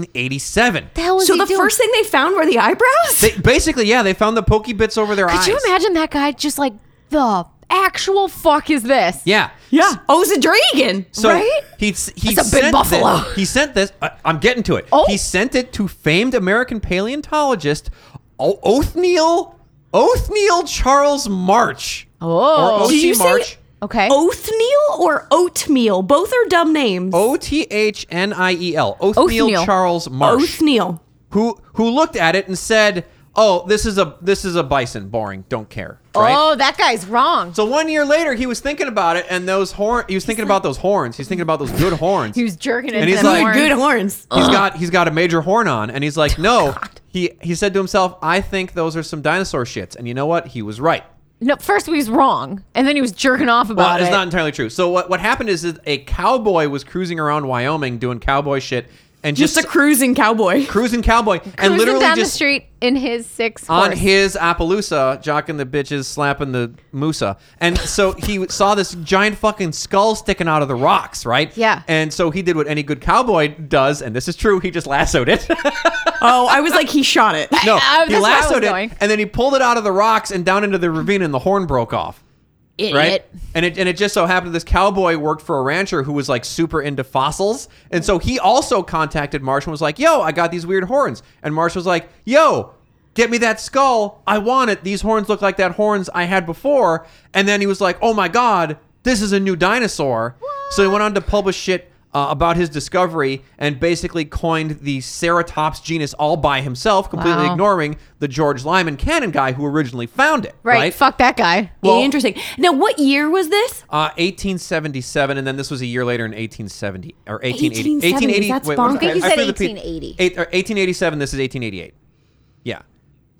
Speaker 3: 1887.
Speaker 2: The hell was
Speaker 4: So
Speaker 2: he
Speaker 4: the
Speaker 2: doing?
Speaker 4: first thing they found were the eyebrows?
Speaker 3: They, basically, yeah, they found the pokey bits over their eyes.
Speaker 2: Could you imagine that guy just like the actual fuck is this?
Speaker 3: Yeah.
Speaker 4: yeah. Oh, it's a dragon.
Speaker 3: So
Speaker 2: Right?
Speaker 3: he s- he
Speaker 2: That's a
Speaker 3: sent
Speaker 2: big buffalo.
Speaker 3: This, he sent this. I, am getting to it.
Speaker 2: Oh.
Speaker 3: He sent it to famed American paleontologist O- Othniel Othniel Charles March.
Speaker 2: Oh.
Speaker 3: or Oh,
Speaker 4: Did you
Speaker 3: O.C.
Speaker 4: say-
Speaker 3: March.
Speaker 2: Okay.
Speaker 4: Oathmeal or oatmeal? Both are dumb names.
Speaker 3: O T H N I E L. Othniel,
Speaker 2: Othniel.
Speaker 3: Charles Marsh,
Speaker 4: Oathmeal.
Speaker 3: who who looked at it and said, "Oh, this is a this is a bison. Boring. Don't care." Right?
Speaker 2: Oh, that guy's wrong.
Speaker 3: So one year later, he was thinking about it, and those horn. He was thinking about those horns. He's thinking about those good horns.
Speaker 2: he was jerking it.
Speaker 3: And he's
Speaker 2: to the
Speaker 3: like-
Speaker 2: horn.
Speaker 4: Good horns.
Speaker 2: Uh.
Speaker 3: he's got he's got a major horn on and he's
Speaker 2: Oh,
Speaker 3: like no he he said to himself i think those are some dinosaur shits and you know what he was right
Speaker 2: No, first he was wrong, and then he was jerking off
Speaker 3: well
Speaker 2: about
Speaker 3: it's
Speaker 2: it.
Speaker 3: not entirely true so what, what happened is that a cowboy was cruising around wyoming doing cowboy shit and just,
Speaker 4: Just a cruising cowboy.
Speaker 3: cruising cowboy and
Speaker 2: Cruising
Speaker 3: literally
Speaker 2: down the
Speaker 3: just
Speaker 2: street in his six
Speaker 3: on
Speaker 2: horse.
Speaker 3: his appaloosa jocking the bitches slapping the moosa and so he saw this giant fucking skull sticking out of the rocks right
Speaker 2: Yeah.
Speaker 3: and so he did what any good cowboy does and this is true he just lassoed it
Speaker 4: Oh, I was like, he shot it.
Speaker 3: No,
Speaker 2: I- I- that's
Speaker 3: he
Speaker 2: where I was
Speaker 3: lassoed it,
Speaker 2: going.
Speaker 3: and then he pulled it out of the rocks and down into the ravine, and the horn broke off.
Speaker 2: Idiot.
Speaker 3: Right, and it and it just so happened this cowboy worked for a rancher who was like super into fossils, and so he also contacted Marsh and was like, "Yo, I got these weird horns," and Marsh was like, "Yo." Get me that skull. I want it. These horns look like that horns I had before. And then he was like, "Oh my god, this is a new dinosaur." So he went on to publish shit uh, about his discovery and basically coined the Ceratops genus all by himself, completely
Speaker 2: Wow.
Speaker 3: ignoring the George Lyman Cannon guy who originally found it.
Speaker 2: right.
Speaker 3: Right?
Speaker 2: Fuck that guy.
Speaker 3: Well-
Speaker 4: Interesting. Now, what year was this?
Speaker 3: Uh, 1877, and then this was a year later in 1870 or 1880.
Speaker 4: 1870, that's
Speaker 3: wait, what was
Speaker 4: bonkers. I think
Speaker 2: you
Speaker 3: I
Speaker 2: said
Speaker 3: threw the P-
Speaker 2: 1880.
Speaker 3: Eight, or 1887. This is 1888. Yeah.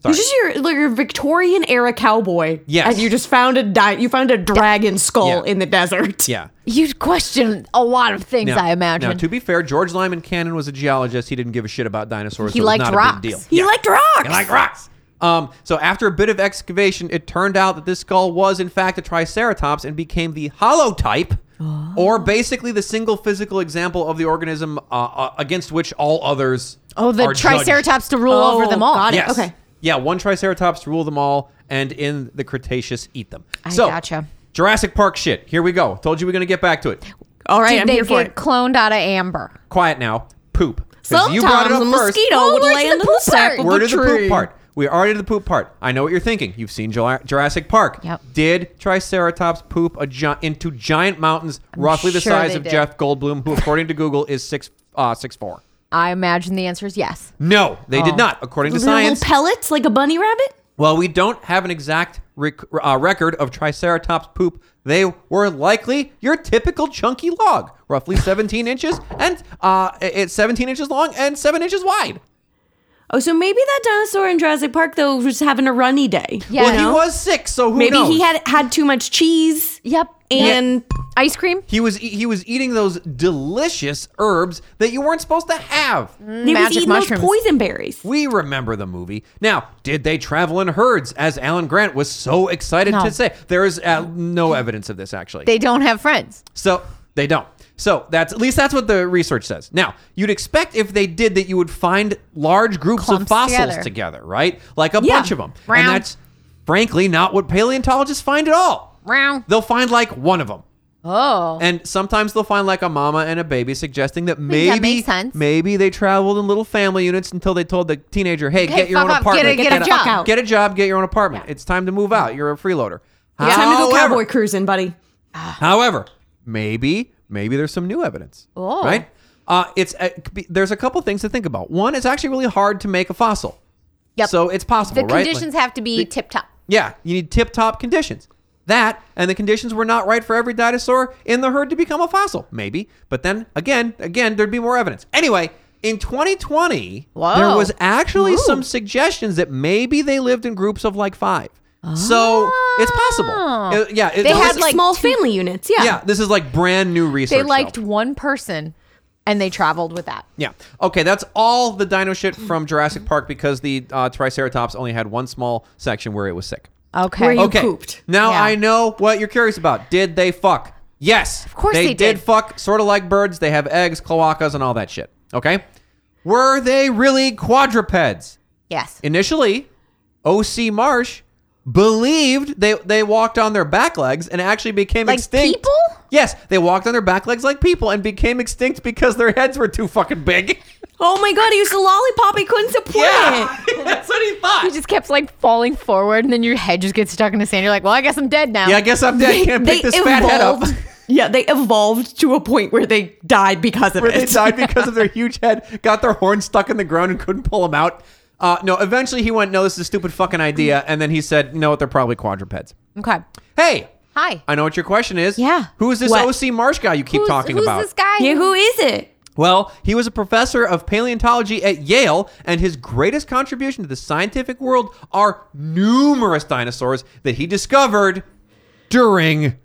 Speaker 4: This is your like your Victorian era cowboy.
Speaker 3: Yes.
Speaker 4: And you just found a di- you found a dragon skull
Speaker 3: Yeah.
Speaker 4: in the desert.
Speaker 3: Yeah.
Speaker 2: You'd question a lot of things,
Speaker 3: Now-
Speaker 2: I imagine.
Speaker 3: Now, to be fair, George Lyman Cannon was a geologist. He didn't give a shit about dinosaurs.
Speaker 2: He
Speaker 3: so it was
Speaker 2: liked
Speaker 3: not
Speaker 2: rocks.
Speaker 3: A big deal.
Speaker 4: He liked rocks.
Speaker 3: I like rocks. Um, so after a bit of excavation, it turned out that this skull was in fact a triceratops and became the holotype,
Speaker 2: Oh.
Speaker 3: or basically the single physical example of the organism uh, uh, against which all others.
Speaker 2: oh, the
Speaker 3: are judged.
Speaker 2: Triceratops to rule
Speaker 4: Oh,
Speaker 2: over them all.
Speaker 4: got it.
Speaker 3: Yes.
Speaker 4: Okay.
Speaker 3: Yeah, one triceratops to rule them all, and in the Cretaceous eat them. so,
Speaker 2: gotcha.
Speaker 3: Jurassic Park shit. Here we go. Told you we're gonna get back to it.
Speaker 4: All right,
Speaker 2: Did
Speaker 4: I'm
Speaker 2: they
Speaker 4: here for
Speaker 2: get
Speaker 4: it.
Speaker 2: cloned out of amber?
Speaker 3: Quiet now. Poop. 'Cause
Speaker 4: Sometimes
Speaker 3: you brought it up
Speaker 4: a
Speaker 3: first.
Speaker 4: mosquito
Speaker 2: Well,
Speaker 4: would
Speaker 2: where's
Speaker 4: lay
Speaker 2: the
Speaker 4: in the
Speaker 2: poop
Speaker 4: sack
Speaker 2: part?
Speaker 4: of
Speaker 3: We're
Speaker 4: a
Speaker 3: to the
Speaker 4: tree.
Speaker 3: poop part. We are to the poop part. I know what you're thinking. You've seen Jura- Jurassic Park.
Speaker 2: Yep.
Speaker 3: Did Triceratops poop a gi- into giant mountains roughly the
Speaker 2: sure
Speaker 3: size
Speaker 2: they
Speaker 3: of
Speaker 2: did.
Speaker 3: Jeff Goldblum, who according to Google is six uh, six four?
Speaker 2: I imagine the answer is yes.
Speaker 3: No, they
Speaker 2: Oh.
Speaker 3: did not. According to
Speaker 4: Little-
Speaker 3: science,
Speaker 4: Little pellets like a bunny rabbit.
Speaker 3: While we don't have an exact rec- uh, record of Triceratops poop, they were likely your typical chunky log, roughly 17 inches and uh, it's 17 inches long and seven inches wide.
Speaker 4: Oh, so maybe that dinosaur in Jurassic Park though was having a runny day.
Speaker 2: Yeah.
Speaker 3: Well, he
Speaker 2: No.
Speaker 3: was six, so who
Speaker 4: Maybe
Speaker 3: knows?
Speaker 4: he had had too much cheese
Speaker 2: Yep.
Speaker 4: and
Speaker 2: ice cream.
Speaker 3: He was e- he was eating those delicious herbs that you weren't supposed to have.
Speaker 4: maybe
Speaker 2: Magic
Speaker 4: he's eating
Speaker 2: mushrooms.
Speaker 4: those poison berries.
Speaker 3: We remember the movie. Now, did they travel in herds, as Alan Grant was so excited
Speaker 2: No.
Speaker 3: to say? There is uh, no evidence of this actually.
Speaker 2: They don't have friends.
Speaker 3: So they don't. So that's at least that's what the research says. Now, you'd expect if they did that you would find large groups
Speaker 2: Clumps
Speaker 3: of fossils
Speaker 2: together.
Speaker 3: together, right? Like a
Speaker 4: Yeah.
Speaker 3: bunch of them.
Speaker 2: Round.
Speaker 3: And that's frankly not what paleontologists find at all.
Speaker 2: Round.
Speaker 3: They'll find like one of them.
Speaker 2: Oh.
Speaker 3: And sometimes they'll find like a mama and a baby suggesting that maybe
Speaker 2: that makes sense.
Speaker 3: maybe they traveled in little family units until they told the teenager, "Hey, get your
Speaker 2: fuck
Speaker 3: own
Speaker 2: off. Get
Speaker 3: apartment.
Speaker 2: a- get a
Speaker 4: job." out.
Speaker 3: Get a job, get your own apartment. It's time to move out. You're a freeloader."
Speaker 4: It's time to go
Speaker 3: However-
Speaker 4: cowboy cruising, buddy.
Speaker 3: However, maybe maybe there's some new evidence.
Speaker 2: Oh.
Speaker 3: Right? Uh, it's uh, be- there's a couple things to think about. One, it's actually really hard to make a fossil.
Speaker 2: Yep.
Speaker 3: So it's possible,
Speaker 2: the
Speaker 3: right?
Speaker 2: conditions
Speaker 3: Like-
Speaker 2: have to be tip top.
Speaker 3: Yeah, you need tip-top conditions. That and the conditions were not right for every dinosaur in the herd to become a fossil, maybe. But then again, again, there'd be more evidence. Anyway, in 2020,
Speaker 2: Whoa.
Speaker 3: there was actually
Speaker 2: Ooh.
Speaker 3: some suggestions that maybe they lived in groups of like five. So it's possible. Uh, yeah, it-
Speaker 2: Ah. They
Speaker 3: this
Speaker 2: had,
Speaker 3: is-
Speaker 2: like,
Speaker 4: small
Speaker 2: two-
Speaker 4: family units. Yeah.
Speaker 3: yeah, this is like brand new research.
Speaker 2: They
Speaker 3: though.
Speaker 2: liked one person and they traveled with that.
Speaker 3: Yeah. Okay, that's all the dino shit from Jurassic Park because the uh, Triceratops only had one small section where it was sick.
Speaker 2: Okay.
Speaker 4: Were you-
Speaker 3: Okay.
Speaker 4: pooped.
Speaker 3: Now
Speaker 2: Yeah.
Speaker 3: I know what you're curious about. Did they fuck? Yes. Of
Speaker 2: course they
Speaker 3: did.
Speaker 2: did.
Speaker 3: fuck, sort of like birds. They have eggs, cloacas, and all that shit. Okay? Were they really quadrupeds?
Speaker 2: yes.
Speaker 3: Initially, O.C. Marsh believed they, they walked on their back legs and actually became
Speaker 2: Like
Speaker 3: extinct.
Speaker 2: people?
Speaker 3: Yes, they walked on their back legs like people and became extinct because their heads were too fucking big.
Speaker 4: Oh my god, he used a lollipop. He couldn't support it.
Speaker 3: That's what he thought.
Speaker 2: You just kept like falling forward, and then your head just gets stuck in the sand. You're like, well, I guess I'm dead now.
Speaker 3: yeah, I guess I'm dead. Can't pick this fat head up.
Speaker 4: yeah, they evolved to a point where they died because of
Speaker 3: Where they
Speaker 4: it.
Speaker 3: died because of their huge head, got their horn stuck in the ground and couldn't pull them out. Uh, no, eventually he went, no, this is a stupid fucking idea. And then he said, you know what? They're probably quadrupeds.
Speaker 2: Okay.
Speaker 3: Hey,
Speaker 2: Hi.
Speaker 3: I know what your question is.
Speaker 2: Yeah.
Speaker 3: Who is this
Speaker 4: What?
Speaker 3: O.C. Marsh guy you keep
Speaker 2: who's
Speaker 3: talking
Speaker 2: who's
Speaker 3: about?
Speaker 2: this guy?
Speaker 4: yeah, who is it?
Speaker 3: Well, he was a professor of paleontology at Yale, and his greatest contribution to the scientific world are numerous dinosaurs that he discovered during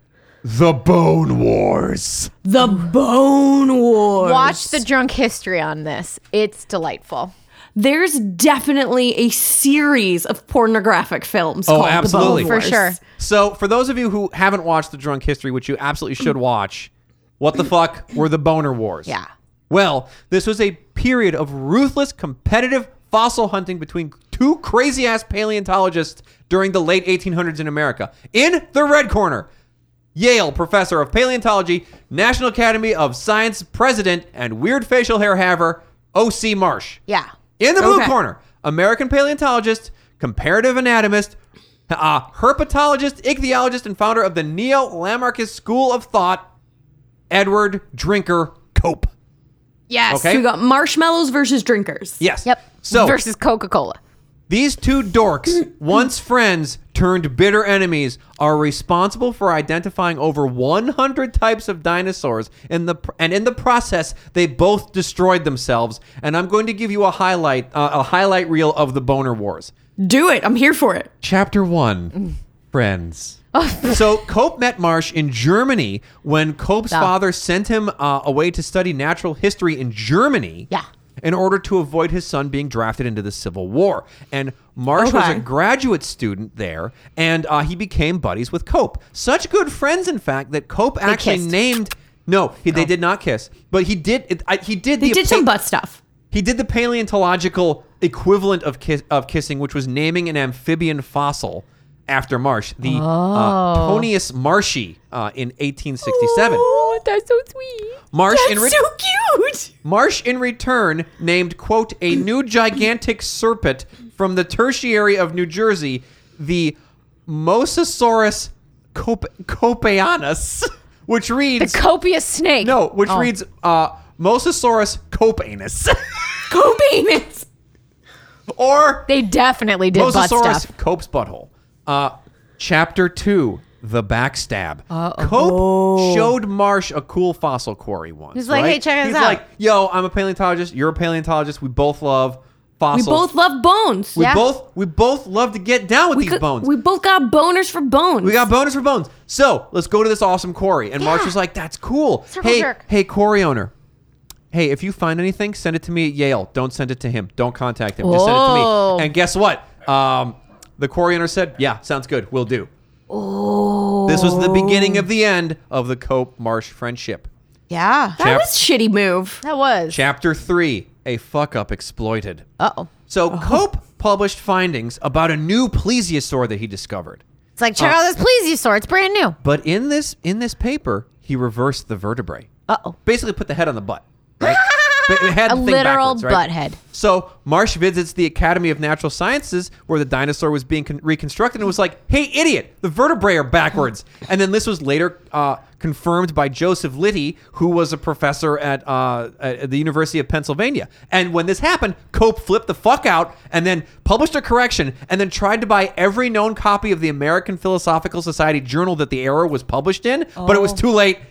Speaker 3: the Bone Wars.
Speaker 4: The Bone Wars.
Speaker 2: Watch the drunk history on this. It's delightful.
Speaker 4: There's definitely a series of pornographic films. called
Speaker 3: absolutely.
Speaker 4: The Bone
Speaker 2: For
Speaker 4: Wars.
Speaker 2: sure.
Speaker 3: So, for those of you who haven't watched The Drunk History, which you absolutely should watch, what the fuck were the Boner Wars?
Speaker 2: Yeah.
Speaker 3: Well, this was a period of ruthless competitive fossil hunting between two crazy ass paleontologists during the late 1800s in America. In the red corner, Yale professor of paleontology, National Academy of Science president, and weird facial hair haver, O.C. Marsh.
Speaker 2: Yeah.
Speaker 3: In the blue
Speaker 4: Okay.
Speaker 3: corner, American paleontologist, comparative anatomist, uh, herpetologist, ichthyologist, and founder of the Neo Lamarckist School of Thought, Edward Drinker Cope.
Speaker 2: Yes.
Speaker 3: Okay.
Speaker 4: So we got marshmallows versus drinkers.
Speaker 3: Yes.
Speaker 2: Yep.
Speaker 3: So
Speaker 2: versus Coca Cola.
Speaker 3: these two dorks, once friends turned bitter enemies, are responsible for identifying over 100 types of dinosaurs. In the pr- and in the process, they both destroyed themselves. And I'm going to give you a highlight, uh, a highlight reel of the Boner Wars.
Speaker 4: Do it. I'm here for it.
Speaker 3: Chapter one
Speaker 4: Mm.
Speaker 3: Friends.
Speaker 4: Oh.
Speaker 3: so Cope met Marsh in Germany when Cope's
Speaker 2: Oh.
Speaker 3: father sent him uh, away to study natural history in Germany.
Speaker 2: Yeah.
Speaker 3: In order to avoid his son being drafted into the Civil War. And Marsh was a
Speaker 4: Okay.
Speaker 3: graduate student there, and uh, he became buddies with Cope. Such good friends, in fact, that Cope actually
Speaker 2: kissed.
Speaker 3: named. No, he, they did not kiss, but he did. It, I, he
Speaker 4: Oh.
Speaker 3: did.
Speaker 4: They
Speaker 3: the
Speaker 4: did some
Speaker 3: appa-
Speaker 4: butt stuff.
Speaker 3: he did the paleontological equivalent of kiss, of kissing, which was naming an amphibian fossil after Marsh, the
Speaker 4: Oh.
Speaker 3: uh, Tonius marshy, uh, in 1867.
Speaker 2: Oh, that's so sweet.
Speaker 3: Marsh in re-
Speaker 4: That's so cute.
Speaker 3: Marsh in return named quote a new gigantic serpent from the tertiary of New Jersey, the Mosasaurus cop- copianus, which reads
Speaker 2: Copious snake.
Speaker 3: no, which
Speaker 2: Oh.
Speaker 3: reads uh, Mosasaurus copanus,
Speaker 4: Co-payments.
Speaker 3: or
Speaker 2: They definitely
Speaker 3: Oh,
Speaker 2: did butt
Speaker 3: Mosasaurus
Speaker 2: stuff.
Speaker 3: Cope's butthole. Uh, chapter two, the backstab.
Speaker 2: Uh, oh.
Speaker 3: Cope showed Marsh a cool fossil quarry once.
Speaker 2: He's like,
Speaker 3: right?
Speaker 2: "Hey, check
Speaker 3: He's
Speaker 2: this out."
Speaker 3: like, yo, I'm a paleontologist. You're a paleontologist. We both love
Speaker 4: We
Speaker 3: fossils.
Speaker 4: both love bones.
Speaker 3: We
Speaker 2: Yeah.
Speaker 3: both we both love to get down with
Speaker 4: We
Speaker 3: these
Speaker 4: could-
Speaker 3: bones.
Speaker 4: We both got boners for bones.
Speaker 3: We got bonus for bones. So let's go to this awesome quarry. And Marsh
Speaker 2: Yeah.
Speaker 3: was like, that's cool.
Speaker 2: Circle
Speaker 3: hey,
Speaker 2: jerk.
Speaker 3: hey, quarry owner. Hey, if you find anything, send it to me at Yale. Don't send it to him. Don't contact him. Just send it to
Speaker 2: Whoa.
Speaker 3: me. And guess what? Um, the quarry owner said, yeah, sounds good. We'll do. Oh. This was the beginning of the end of the Cope Marsh friendship.
Speaker 2: Yeah.
Speaker 4: that was a shitty move.
Speaker 2: That was.
Speaker 3: Chapter 3 A Fuck Up Exploited.
Speaker 2: Uh oh.
Speaker 3: So Cope published findings about a new plesiosaur that he discovered.
Speaker 2: It's like check out this plesiosaur. It's brand new.
Speaker 3: But in this in this paper, he reversed the vertebrae.
Speaker 2: Uh oh.
Speaker 3: Basically, put the head on the butt. Right? Ba- the head
Speaker 2: A
Speaker 3: thing
Speaker 2: literal
Speaker 3: backwards, right?
Speaker 2: butt head.
Speaker 3: So Marsh visits the Academy of Natural Sciences where the dinosaur was being con- reconstructed and was like, "Hey, idiot! The vertebrae are backwards." And then this was later uh, confirmed by Joseph Liddy, who was a professor at, uh, at the University of Pennsylvania. And when this happened, Cope flipped the fuck out and then published a correction and then tried to buy every known copy of the American Philosophical Society journal that the error was published in, but it was too late.
Speaker 2: Oh.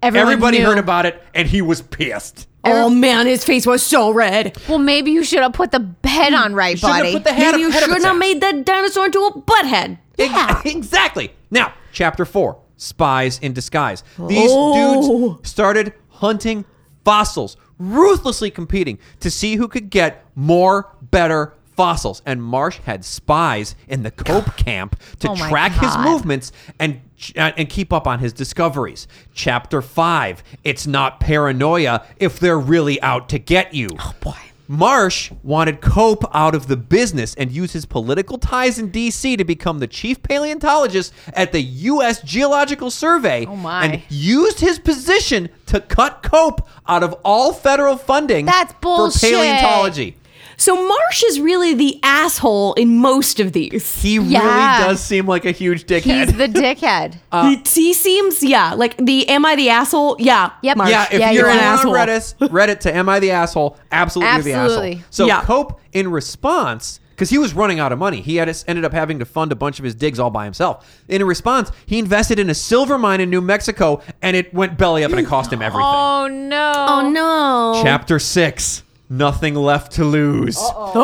Speaker 2: Everyone
Speaker 3: Everybody
Speaker 2: knew.
Speaker 3: heard about it, and he was pissed.
Speaker 4: Oh man, his face was so red.
Speaker 2: Well, maybe you should have put the head on right,
Speaker 3: Shouldn't have
Speaker 2: buddy.
Speaker 3: put the head
Speaker 4: Maybe you
Speaker 3: up- head up
Speaker 4: should
Speaker 3: its
Speaker 4: not
Speaker 3: ass.
Speaker 4: made that dinosaur into a butthead.
Speaker 3: Ex- exactly. Now,
Speaker 2: Oh.
Speaker 3: chapter four spies in disguise. These dudes started hunting fossils, ruthlessly competing to see who could get more, better fossils. And Marsh had spies in the Cope camp to
Speaker 2: Oh my
Speaker 3: track his
Speaker 2: God.
Speaker 3: movements and uh, and keep up on his discoveries. Chapter 5. It's not paranoia if they're really out to get you. Oh boy. Marsh wanted Cope out of the business and used his political ties in D.C. to become the chief paleontologist at the U.S. Geological Survey.
Speaker 2: Oh, my.
Speaker 3: And used his position to cut Cope out of all federal funding.
Speaker 2: That's
Speaker 3: for
Speaker 2: bullshit.
Speaker 3: paleontology.
Speaker 4: So Marsh is really the asshole in most of these.
Speaker 3: He
Speaker 2: Yeah.
Speaker 3: really does seem like a huge dickhead.
Speaker 2: He's the dickhead.
Speaker 3: Uh,
Speaker 4: he, he seems, yeah, like the am I the asshole? Yeah.
Speaker 2: Yep.
Speaker 4: Marsh.
Speaker 3: Yeah, if
Speaker 2: Yeah,
Speaker 3: you're,
Speaker 2: you're
Speaker 3: an
Speaker 2: an
Speaker 3: on
Speaker 4: asshole.
Speaker 3: Reddit, Reddit to am I the asshole? Absolutely, you're the
Speaker 2: Absolutely.
Speaker 3: asshole. So
Speaker 4: Yeah.
Speaker 3: Cope, in response, because he was running out of money, he had ended up having to fund a bunch of his digs all by himself. In response, he invested in a silver mine in New Mexico, and it went belly up, and it cost him everything.
Speaker 2: Oh no.
Speaker 4: Oh no.
Speaker 3: Chapter six. Nothing left to lose.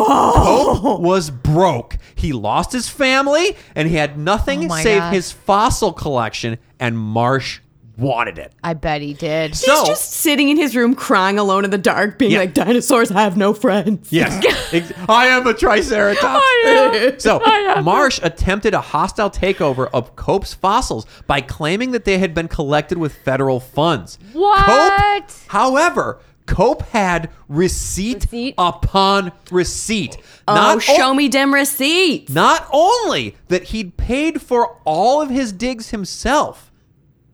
Speaker 3: Pope was broke. He lost his family and he had nothing
Speaker 2: Oh my
Speaker 3: save
Speaker 2: God.
Speaker 3: his fossil collection, and Marsh wanted it.
Speaker 2: I bet he did.
Speaker 4: He's
Speaker 3: so,
Speaker 4: just sitting in his room crying alone in the dark, being
Speaker 3: Yeah.
Speaker 4: like, dinosaurs have no friends.
Speaker 3: Yes. Ex- I am a triceratops. So, Marsh attempted a hostile takeover of Cope's fossils by claiming that they had been collected with federal funds. Cope,
Speaker 2: What?
Speaker 3: however, Cope had receipt,
Speaker 2: Receipt?
Speaker 3: upon receipt.
Speaker 4: Oh,
Speaker 3: o-
Speaker 4: show me dem receipts.
Speaker 3: not only that he'd paid for all of his digs himself,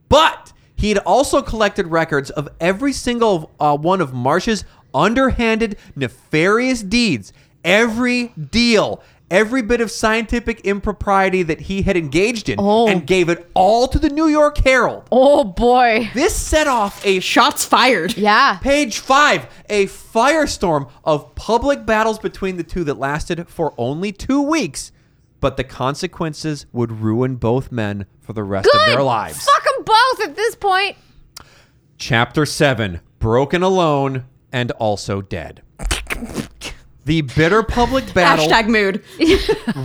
Speaker 3: but he'd also collected records of every single uh, one of Marsh's underhanded, nefarious deeds, every deal, every bit of scientific impropriety that he had engaged in, and gave it all to the New York Herald.
Speaker 2: Oh boy.
Speaker 3: This set off a
Speaker 4: Shots fired.
Speaker 2: Yeah.
Speaker 3: Page five, a firestorm of public battles between the two that lasted for only two weeks, but the consequences would ruin both men for the rest of
Speaker 2: Good.
Speaker 3: their lives.
Speaker 2: Fuck them both at this point.
Speaker 3: Chapter seven, broken alone and also dead. The bitter public battle
Speaker 4: Hashtag mood.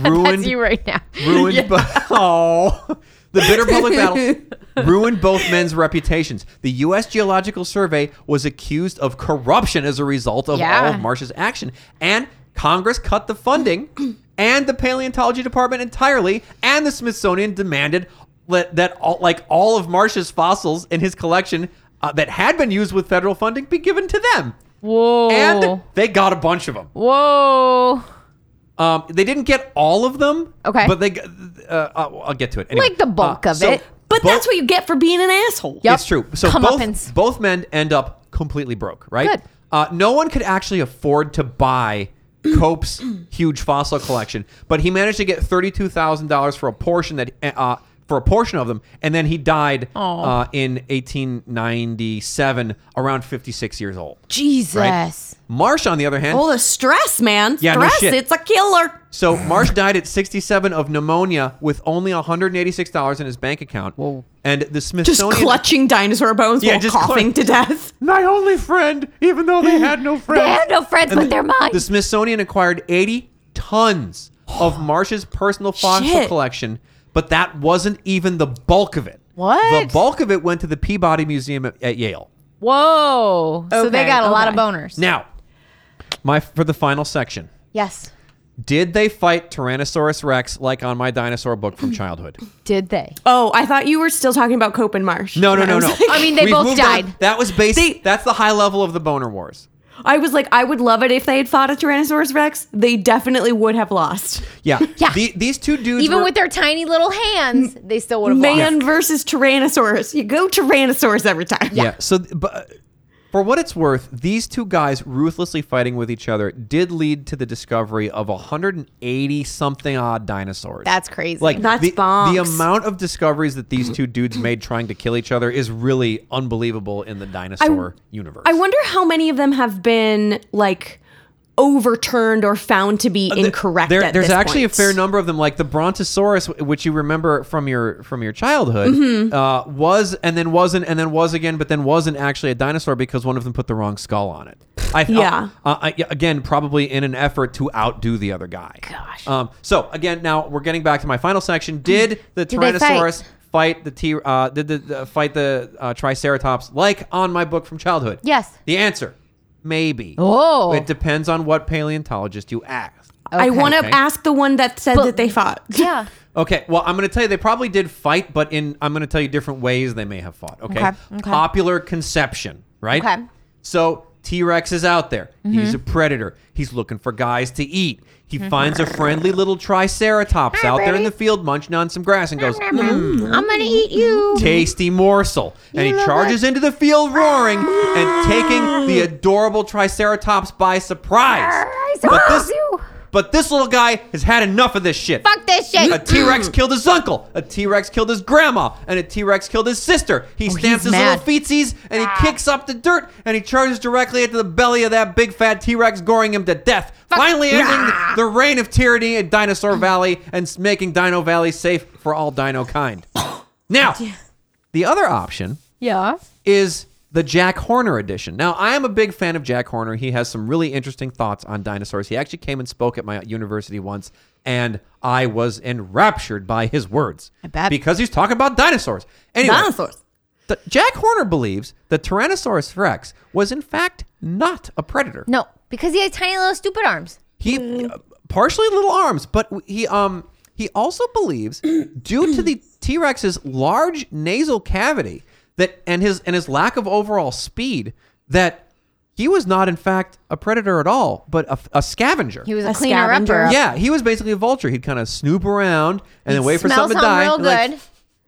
Speaker 3: ruined
Speaker 2: That's you right now.
Speaker 3: ruined bo- oh the bitter public battle ruined both men's reputations the u.s geological survey was accused of corruption as a result of all
Speaker 2: Yeah.
Speaker 3: of marsh's action and congress cut the funding and the paleontology department entirely and the smithsonian demanded let, that all, like all of marsh's fossils in his collection uh, that had been used with federal funding be given to them
Speaker 2: Whoa.
Speaker 3: and they got a bunch of them
Speaker 2: Whoa.
Speaker 3: um, they didn't get all of them.
Speaker 2: Okay.
Speaker 3: But they, g- uh, I'll I'll get to it. Anyway,
Speaker 2: Like the bulk
Speaker 3: uh,
Speaker 2: of
Speaker 3: so
Speaker 2: it.
Speaker 4: But
Speaker 3: bo-
Speaker 4: that's what you get for being an asshole.
Speaker 2: Yep.
Speaker 3: It's true. So both,
Speaker 2: Comeuppance.
Speaker 3: both men end up completely broke, right?
Speaker 2: Good.
Speaker 3: Uh, no one could actually afford to buy Cope's huge fossil collection, but he managed to get thirty-two thousand dollars for a portion that uh, for a portion of them, and then he died
Speaker 2: Aw.
Speaker 3: uh, in eighteen ninety-seven, around fifty-six years old.
Speaker 2: Jesus.
Speaker 3: Right? Marsh, on the other hand,
Speaker 4: All the stress, man.
Speaker 3: Yeah, no
Speaker 4: stress,
Speaker 3: shit.
Speaker 4: it's a killer.
Speaker 3: So Marsh died at 67 of pneumonia with only $186 in his bank account. Whoa. And the
Speaker 4: Just
Speaker 3: Smithsonian.
Speaker 4: clutching dinosaur bones
Speaker 3: Yeah,
Speaker 4: while
Speaker 3: just
Speaker 4: coughing
Speaker 3: clutch-
Speaker 4: to death.
Speaker 3: My only friend, even though they had no friends.
Speaker 2: They have no friends,
Speaker 3: And
Speaker 2: but they're mine.
Speaker 3: The Smithsonian acquired 80 tons of Marsh's personal fossil
Speaker 4: Shit.
Speaker 3: collection, but that wasn't even the bulk of it.
Speaker 2: What?
Speaker 3: The bulk of it went to the Peabody Museum at, at Yale.
Speaker 2: Whoa. so they
Speaker 4: Okay,
Speaker 2: got a lot of
Speaker 4: okay.
Speaker 2: boners.
Speaker 3: Now, my for the final section.
Speaker 2: yes.
Speaker 3: Did they fight Tyrannosaurus Rex like on my dinosaur book from childhood?
Speaker 2: Did they?
Speaker 4: Oh, I thought you were still talking about Cope and Marsh.
Speaker 3: No, no,
Speaker 4: And I
Speaker 3: no,
Speaker 4: was
Speaker 3: no.
Speaker 4: like-
Speaker 2: I mean, they
Speaker 3: We've
Speaker 2: both
Speaker 3: moved on.
Speaker 2: died.
Speaker 3: That was basic.
Speaker 4: They-
Speaker 3: that's the high level of the boner wars.
Speaker 4: I was like, I would love it if they had fought a Tyrannosaurus Rex. They definitely would have lost.
Speaker 3: Yeah.
Speaker 2: Yeah.
Speaker 3: The- these two dudes.
Speaker 2: Even
Speaker 3: were-
Speaker 2: with their tiny little hands, they still would have
Speaker 4: Man
Speaker 2: lost.
Speaker 4: versus Tyrannosaurus. You go Tyrannosaurus every time.
Speaker 3: Yeah. So, th- but uh, for what it's worth, these two guys ruthlessly fighting with each other did lead to the discovery of 180 something odd dinosaurs.
Speaker 2: That's crazy.
Speaker 3: Like
Speaker 4: That's
Speaker 3: the, the
Speaker 4: bonks.
Speaker 3: amount of discoveries that these two dudes made trying to kill each other is really unbelievable in the dinosaur universe.
Speaker 4: I wonder how many of them have been like overturned or found to be incorrect.
Speaker 3: Uh, There-
Speaker 4: at
Speaker 3: there's
Speaker 4: this
Speaker 3: actually
Speaker 4: point.
Speaker 3: a fair number of them. Like the Brontosaurus, which you remember from your from your childhood, uh, was and then wasn't and then was again, but then wasn't actually a dinosaur because one of them put the wrong skull on it. I,
Speaker 4: Yeah.
Speaker 3: Uh, uh, I- again, probably in an effort to outdo the other guy. Gosh. Um, so again, now we're getting back to my final section. Did the
Speaker 2: they fight?
Speaker 3: Tyrannosaurus fight? fight the T uh, did the, the fight the uh, Triceratops like on my book from childhood?
Speaker 2: Yes.
Speaker 3: The answer, maybe.
Speaker 2: Oh.
Speaker 3: It depends on what paleontologist you ask.
Speaker 4: I want to
Speaker 3: Okay.
Speaker 4: ask the one that said
Speaker 2: But-
Speaker 4: that they fought.
Speaker 2: Yeah.
Speaker 3: Okay, well, I'm going to tell you they probably did fight, but in I'm going to tell you different ways they may have fought. Okay,
Speaker 2: Okay, okay.
Speaker 3: popular conception, right?
Speaker 2: Okay.
Speaker 3: So T Rex is out there. He's a predator. He's looking for guys to eat. He
Speaker 2: Mm-hmm.
Speaker 3: finds a friendly little Triceratops out there in the field, munching on some grass, and goes, "Hmm,
Speaker 2: I'm gonna eat you.
Speaker 3: tasty morsel. And he charges into the field roaring and taking the adorable Triceratops by surprise. But this, but this little guy has had enough of this shit.
Speaker 2: Fuck this shit.
Speaker 3: A T Rex killed his uncle. A T Rex killed his grandma. And a T Rex killed his sister. He stamps his
Speaker 2: Oh, mad.
Speaker 3: little feetsies and he kicks up the dirt and he charges directly into the belly of that big fat T Rex, goring him to death. Finally ending the reign of tyranny at Dinosaur Valley and s- making Dino Valley safe for all dino kind. Now, the other option
Speaker 2: yeah.
Speaker 3: is the Jack Horner edition. Now, I am a big fan of Jack Horner. He has some really interesting thoughts on dinosaurs. He actually came and spoke at my university once, and I was enraptured by his words. I
Speaker 2: bet.
Speaker 3: Because he's talking about dinosaurs. Anyway,
Speaker 4: Dinosaurs.
Speaker 3: th- Jack Horner believes that Tyrannosaurus rex was, in fact, not a predator.
Speaker 2: No, because he has tiny little stupid arms.
Speaker 3: He
Speaker 2: Mm-hmm.
Speaker 3: uh, partially little arms, but he um he also believes due to the T Rex's large nasal cavity that and his and his lack of overall speed that he was not in fact a predator at all, but a, a scavenger.
Speaker 2: He was a,
Speaker 4: A
Speaker 2: cleaner upper.
Speaker 4: scavenger.
Speaker 3: yeah, he was basically a vulture. He'd kind of snoop around and then wait for
Speaker 2: Smell
Speaker 3: something to
Speaker 2: something
Speaker 3: die.
Speaker 2: real
Speaker 3: and like,
Speaker 2: good.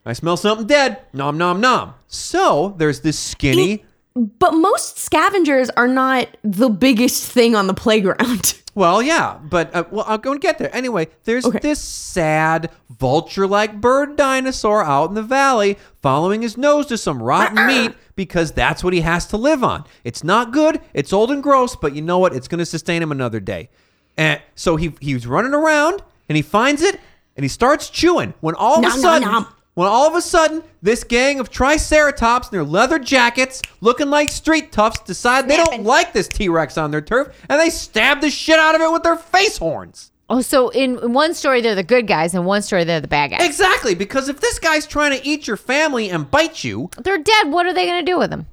Speaker 3: I smell something dead. Nom nom nom. So there's this skinny.
Speaker 4: But most scavengers are not the biggest thing on the playground.
Speaker 3: Well, yeah, but uh, well, I'll go and get there. Anyway, there's
Speaker 4: Okay.
Speaker 3: this sad vulture-like bird dinosaur out in the valley, following his nose to some
Speaker 4: Uh-uh.
Speaker 3: rotten meat because that's what he has to live on. It's not good. It's old and gross, but you know what? It's going to sustain him another day. And so he he's running around and he finds it and he starts chewing. When all of a
Speaker 4: Nom, nom,
Speaker 3: sudden,
Speaker 4: nom.
Speaker 3: when all of a sudden, this gang of triceratops in their leather jackets, looking like street toughs, decide they don't like this T Rex on their turf and they stab the shit out of it with their face horns.
Speaker 2: Oh, so in, in one story they're the good guys, in one story they're the bad guys.
Speaker 3: Exactly, because if this guy's trying to eat your family and bite you,
Speaker 2: they're dead. What are they gonna do with them?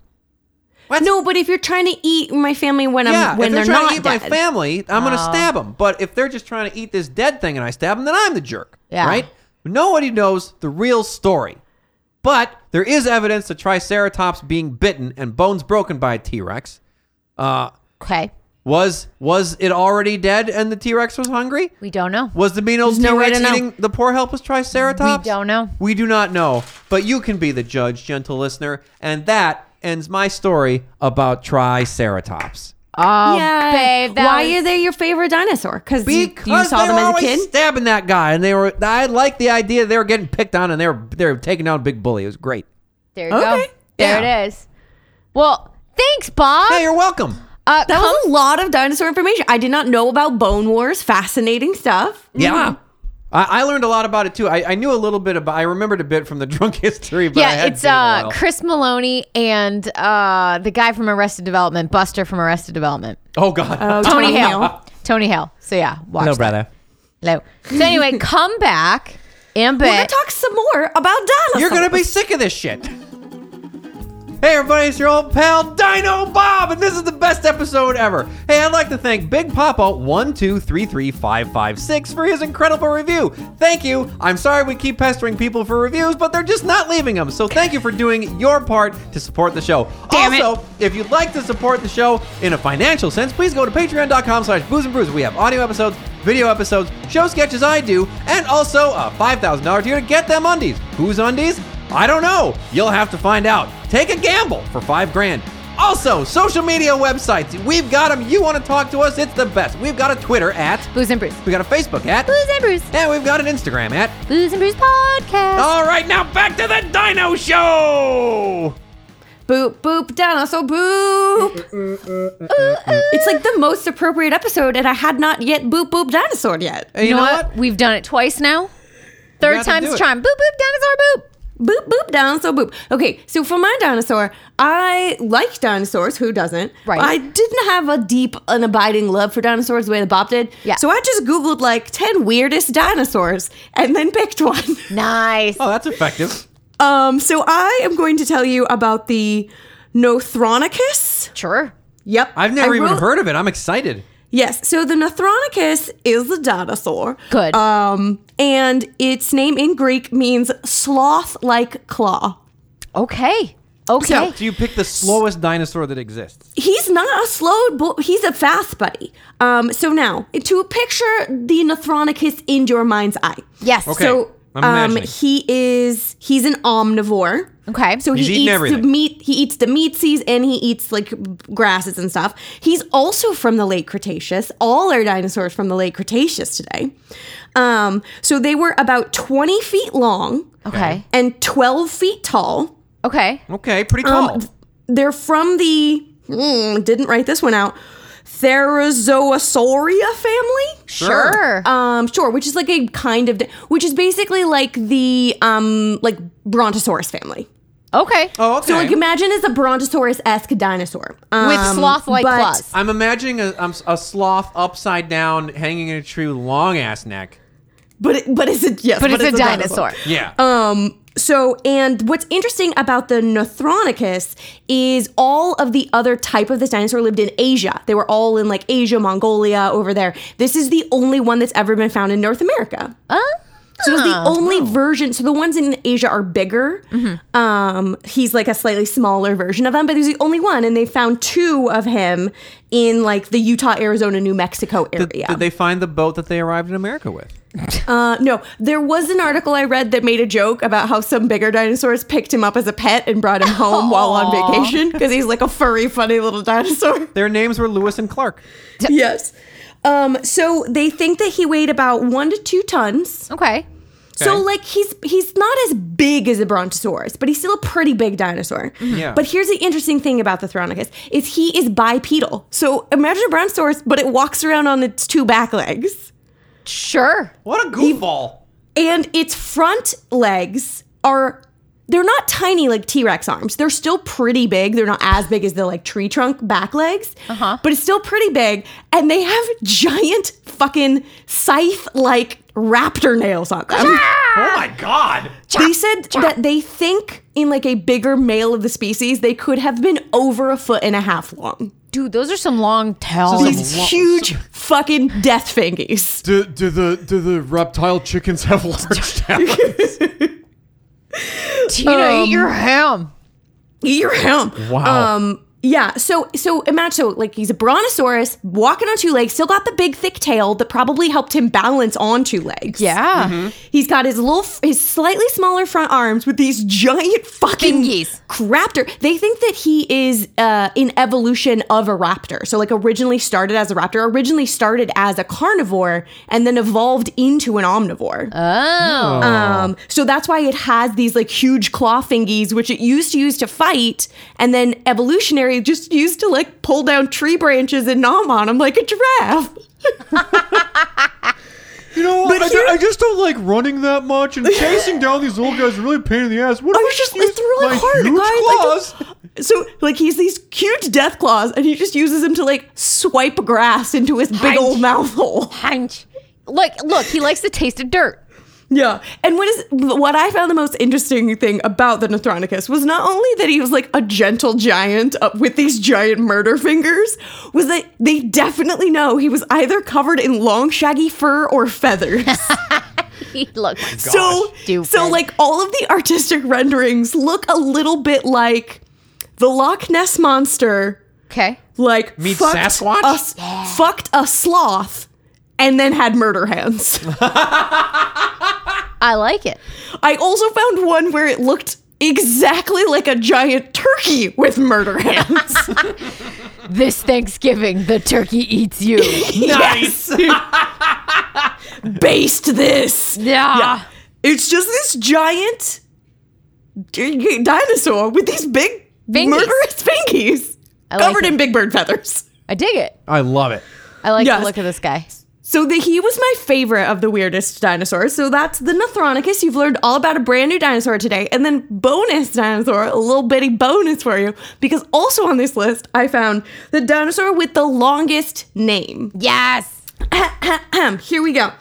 Speaker 4: no, but if you're trying to eat my family when
Speaker 3: yeah,
Speaker 4: I'm when
Speaker 3: if
Speaker 4: they're,
Speaker 3: they're, trying
Speaker 4: not
Speaker 3: to eat
Speaker 4: dead, Oh.
Speaker 3: my family, I'm going to stab them. But if they're just trying to eat this dead thing and I stab them, then I'm the jerk.
Speaker 2: Yeah.
Speaker 3: Right? Nobody knows the real story. But there is evidence of Triceratops being bitten and bones broken by a T Rex. Uh,
Speaker 2: Okay,
Speaker 3: Was was it already dead and the T Rex was hungry?
Speaker 2: we don't know.
Speaker 3: Was the mean old
Speaker 4: There's
Speaker 3: T
Speaker 4: no way
Speaker 3: Rex
Speaker 4: to know.
Speaker 3: eating the poor helpless Triceratops?
Speaker 2: We don't know.
Speaker 3: We do not know. But you can be the judge, gentle listener. And that ends my story about Triceratops.
Speaker 2: Oh,
Speaker 4: Yay.
Speaker 2: babe, that
Speaker 4: Why
Speaker 2: was-
Speaker 4: are they your favorite dinosaur? Because you,
Speaker 3: Because
Speaker 4: you saw
Speaker 3: they
Speaker 4: them
Speaker 3: were
Speaker 4: as a
Speaker 3: always
Speaker 4: kid.
Speaker 3: stabbing that guy, and they were. I like the idea they were getting picked on, and they were they were taking down a big bully. It was great.
Speaker 2: There you
Speaker 4: Okay.
Speaker 2: go. There
Speaker 3: Yeah.
Speaker 2: it is. Well, thanks, Bob.
Speaker 3: Hey, you're
Speaker 4: mm.
Speaker 3: welcome.
Speaker 2: uh,
Speaker 4: That
Speaker 2: come-
Speaker 4: was a lot of dinosaur information. I did not know about Bone Wars. Fascinating stuff. Mm-hmm.
Speaker 3: Yeah. I, I learned a lot about it too. I, I knew a little bit about. I remembered a bit from the drunk history. But I
Speaker 2: yeah,
Speaker 3: hadn't
Speaker 2: it's
Speaker 3: seen it in a
Speaker 2: uh,
Speaker 3: while.
Speaker 2: Chris Maloney and uh, the guy from Arrested Development, Buster from Arrested Development,
Speaker 3: Oh God.
Speaker 2: Tony, Hale. Tony Hale. So yeah, watch. that. Hello. So anyway, come back and
Speaker 4: We're gonna
Speaker 2: bit.
Speaker 4: talk some more about dinosaurs.
Speaker 3: You're gonna be sick of this shit. Hey everybody, it's your old pal Dino Bob, and this is the best episode ever. Hey, I'd like to thank Big Papa one two three three five five six for his incredible review. Thank you. I'm sorry we keep pestering people for reviews, but they're just not leaving them. So thank you for doing your part to support the show.
Speaker 2: Damn it.
Speaker 3: also, if you'd like to support the show in a financial sense, please go to patreon.com slash booze and brews. We have audio episodes, video episodes, show sketches I do, and also a $5,000 tier to get them undies. Whose undies? I don't know. You'll have to find out. Take a gamble for five grand. Also, social media websites. We've got them. You want to talk to us? It's the best. We've got a Twitter at.
Speaker 2: Booze and Bruce.
Speaker 3: We got a Facebook at.
Speaker 2: Booze and Bruce.
Speaker 3: And we've got an Instagram at.
Speaker 2: Booze and Bruce podcast.
Speaker 3: All right, now back to the Dino Show.
Speaker 4: boop boop dinosaur boop. it's like the most appropriate episode, and I had not yet boop boop dinosaur yet.
Speaker 3: And
Speaker 2: you, know, what? We've done it twice now. Third
Speaker 3: gotta do
Speaker 2: time's
Speaker 3: it.
Speaker 2: charm. Boop boop dinosaur boop.
Speaker 4: Boop boop dinosaur boop. Okay, so for my dinosaur, I like dinosaurs. Who doesn't?
Speaker 2: Right.
Speaker 4: I didn't have a deep, and abiding love for dinosaurs the way the Bob did.
Speaker 2: Yeah.
Speaker 4: So I just googled like ten weirdest dinosaurs and then picked one.
Speaker 2: Nice.
Speaker 3: Oh, that's effective.
Speaker 4: Um, so I am going to tell you about the Nothronicus.
Speaker 2: Sure.
Speaker 4: Yep.
Speaker 3: I've never
Speaker 4: I
Speaker 3: even
Speaker 4: wrote-
Speaker 3: heard of it. I'm excited.
Speaker 4: Yes. So the Nothronicus is a dinosaur.
Speaker 2: Good.
Speaker 4: Um, and its name in Greek means sloth like claw.
Speaker 2: Okay. Okay.
Speaker 3: Do you pick the slowest dinosaur that exists?
Speaker 4: He's not a slow bull, he's a fast buddy. Um, so now, to picture the Nothronicus in your mind's eye.
Speaker 2: yes.
Speaker 3: Okay.
Speaker 4: So
Speaker 3: I'm
Speaker 4: um,
Speaker 3: imagining.
Speaker 4: he is he's an omnivore.
Speaker 2: Okay.
Speaker 4: So
Speaker 3: He's
Speaker 4: he
Speaker 3: eating
Speaker 4: eats the
Speaker 3: everything.
Speaker 4: meat. He eats the meatsies and he eats like grasses and stuff. He's also from the late Cretaceous. All our dinosaurs from the late Cretaceous today. Um, so they were about twenty feet long
Speaker 2: Okay.
Speaker 4: and twelve feet tall.
Speaker 2: Okay.
Speaker 3: Okay, pretty
Speaker 2: Oh,
Speaker 3: tall.
Speaker 4: Um, They're from the mm, didn't write this one out. Therizosauria family.
Speaker 2: Sure.
Speaker 4: Um, sure, which is like a kind of, which is basically like the um, like Brontosaurus family.
Speaker 2: okay.
Speaker 3: oh, okay.
Speaker 4: So like imagine it's a Brontosaurus esque dinosaur Um,
Speaker 2: With sloth-like
Speaker 4: but-
Speaker 2: claws.
Speaker 3: I'm imagining a, um, a sloth upside down, hanging in a tree, with long ass neck.
Speaker 4: but it, but it's a yes,
Speaker 2: But, it's, a dinosaur.
Speaker 3: Yeah.
Speaker 2: Oh,
Speaker 4: Um. So and what's interesting about the Nothronicus is all of the other type of this dinosaur lived in Asia. They were all in like Asia, Mongolia, over there. This is the only one that's ever been found in North America.
Speaker 2: Uh?
Speaker 4: So it's
Speaker 3: Ah,
Speaker 4: the only version. So the ones in Asia are bigger.
Speaker 3: Mm-hmm.
Speaker 4: Um, he's like a slightly smaller version of them, but he's the only one. And they found two of him in like the Utah, Arizona, New Mexico area.
Speaker 3: did, did they find the boat that they arrived in America with?
Speaker 4: Uh, no, there was an article I read that made a joke about how some bigger dinosaurs picked him up as a pet and brought him home while on vacation because he's like a furry, funny little dinosaur.
Speaker 3: Their names were Lewis and Clark.
Speaker 4: yes. Um, so they think that he weighed about one to two tons.
Speaker 2: Okay.
Speaker 4: So
Speaker 3: Okay.
Speaker 4: like he's he's not as big as a brontosaurus, but he's still a pretty big dinosaur.
Speaker 3: Yeah.
Speaker 4: But here's the interesting thing about the Thronicus is he is bipedal. So imagine a brontosaurus, but it walks around on its two back legs.
Speaker 2: Sure.
Speaker 3: What a goofball!
Speaker 4: and its front legs are they're not tiny like T-Rex arms. They're still pretty big. They're not as big as the like tree trunk back legs, uh-huh. but it's still pretty big. And they have giant fucking scythe-like raptor nails on them.
Speaker 3: oh my god!
Speaker 4: They said that they think in like a bigger male of the species, they could have been over a foot and a half long.
Speaker 2: Dude, those are some long tails.
Speaker 3: Some
Speaker 4: These
Speaker 3: lo-
Speaker 4: huge fucking death fingies.
Speaker 3: Do, do the do the reptile chickens have large tails?
Speaker 2: you know, eat your ham.
Speaker 4: Eat your him.
Speaker 3: Wow.
Speaker 4: Um, yeah. So so imagine so like he's a brontosaurus walking on two legs, still got the big thick tail that probably helped him balance on two legs.
Speaker 2: Yeah.
Speaker 4: He's got his little his slightly smaller front arms with these giant fucking
Speaker 2: Fingies.
Speaker 4: raptor. They think that he is uh, an evolution of a raptor. So like originally started as a raptor, originally started as a carnivore, and then evolved into an omnivore.
Speaker 2: Oh.
Speaker 4: Um, so that's why it has these like huge claw fingies, which it used to use to fight, and then evolutionary just used to like pull down tree branches and gnaw on them like a giraffe.
Speaker 1: You know,
Speaker 4: But
Speaker 1: I, ju-
Speaker 4: here-
Speaker 1: I just don't like running that much, and chasing down these old guys is really a pain in the ass. What
Speaker 4: I
Speaker 1: if
Speaker 4: was just
Speaker 1: use
Speaker 4: it's really
Speaker 1: my
Speaker 4: hard,
Speaker 1: huge
Speaker 4: guys.
Speaker 1: claws?
Speaker 4: I don't- so like he's these huge death claws, and he just uses them to like swipe grass into his big
Speaker 2: Hi.
Speaker 4: old mouth hole.
Speaker 2: Hunch. Look, look, he likes the taste of dirt.
Speaker 4: Yeah. And what is what I found the most interesting thing about the Nothronicus was not only that he was like a gentle giant up with these giant murder fingers, was that they definitely know he was either covered in long shaggy fur or feathers.
Speaker 2: He looks
Speaker 4: so so
Speaker 2: Stupid.
Speaker 4: like all of the artistic renderings look a little bit like the Loch Ness monster
Speaker 2: Okay.
Speaker 4: like
Speaker 3: Meets
Speaker 4: fucked
Speaker 3: Sasquatch?
Speaker 4: a s- fucked a sloth and then had murder hands.
Speaker 2: I like it.
Speaker 4: I also found one where it looked exactly like a giant turkey with murder hands.
Speaker 2: This Thanksgiving, the turkey eats you.
Speaker 3: nice.
Speaker 4: Based this.
Speaker 2: yeah.
Speaker 4: It's just this giant d- dinosaur with these big
Speaker 2: Fingies.
Speaker 4: murderous fingies
Speaker 2: I like
Speaker 4: covered
Speaker 2: it.
Speaker 4: in big bird feathers.
Speaker 2: I dig it.
Speaker 3: I love it.
Speaker 2: I like
Speaker 4: Yes.
Speaker 2: the look of this guy.
Speaker 4: So the, he was my favorite of the weirdest dinosaurs. So that's the Nothronicus. You've learned all about a brand new dinosaur today. And then bonus dinosaur, a little bitty bonus for you. Because also on this list, I found the dinosaur with the longest name.
Speaker 2: Yes.
Speaker 4: Um, Ahem, Here we go.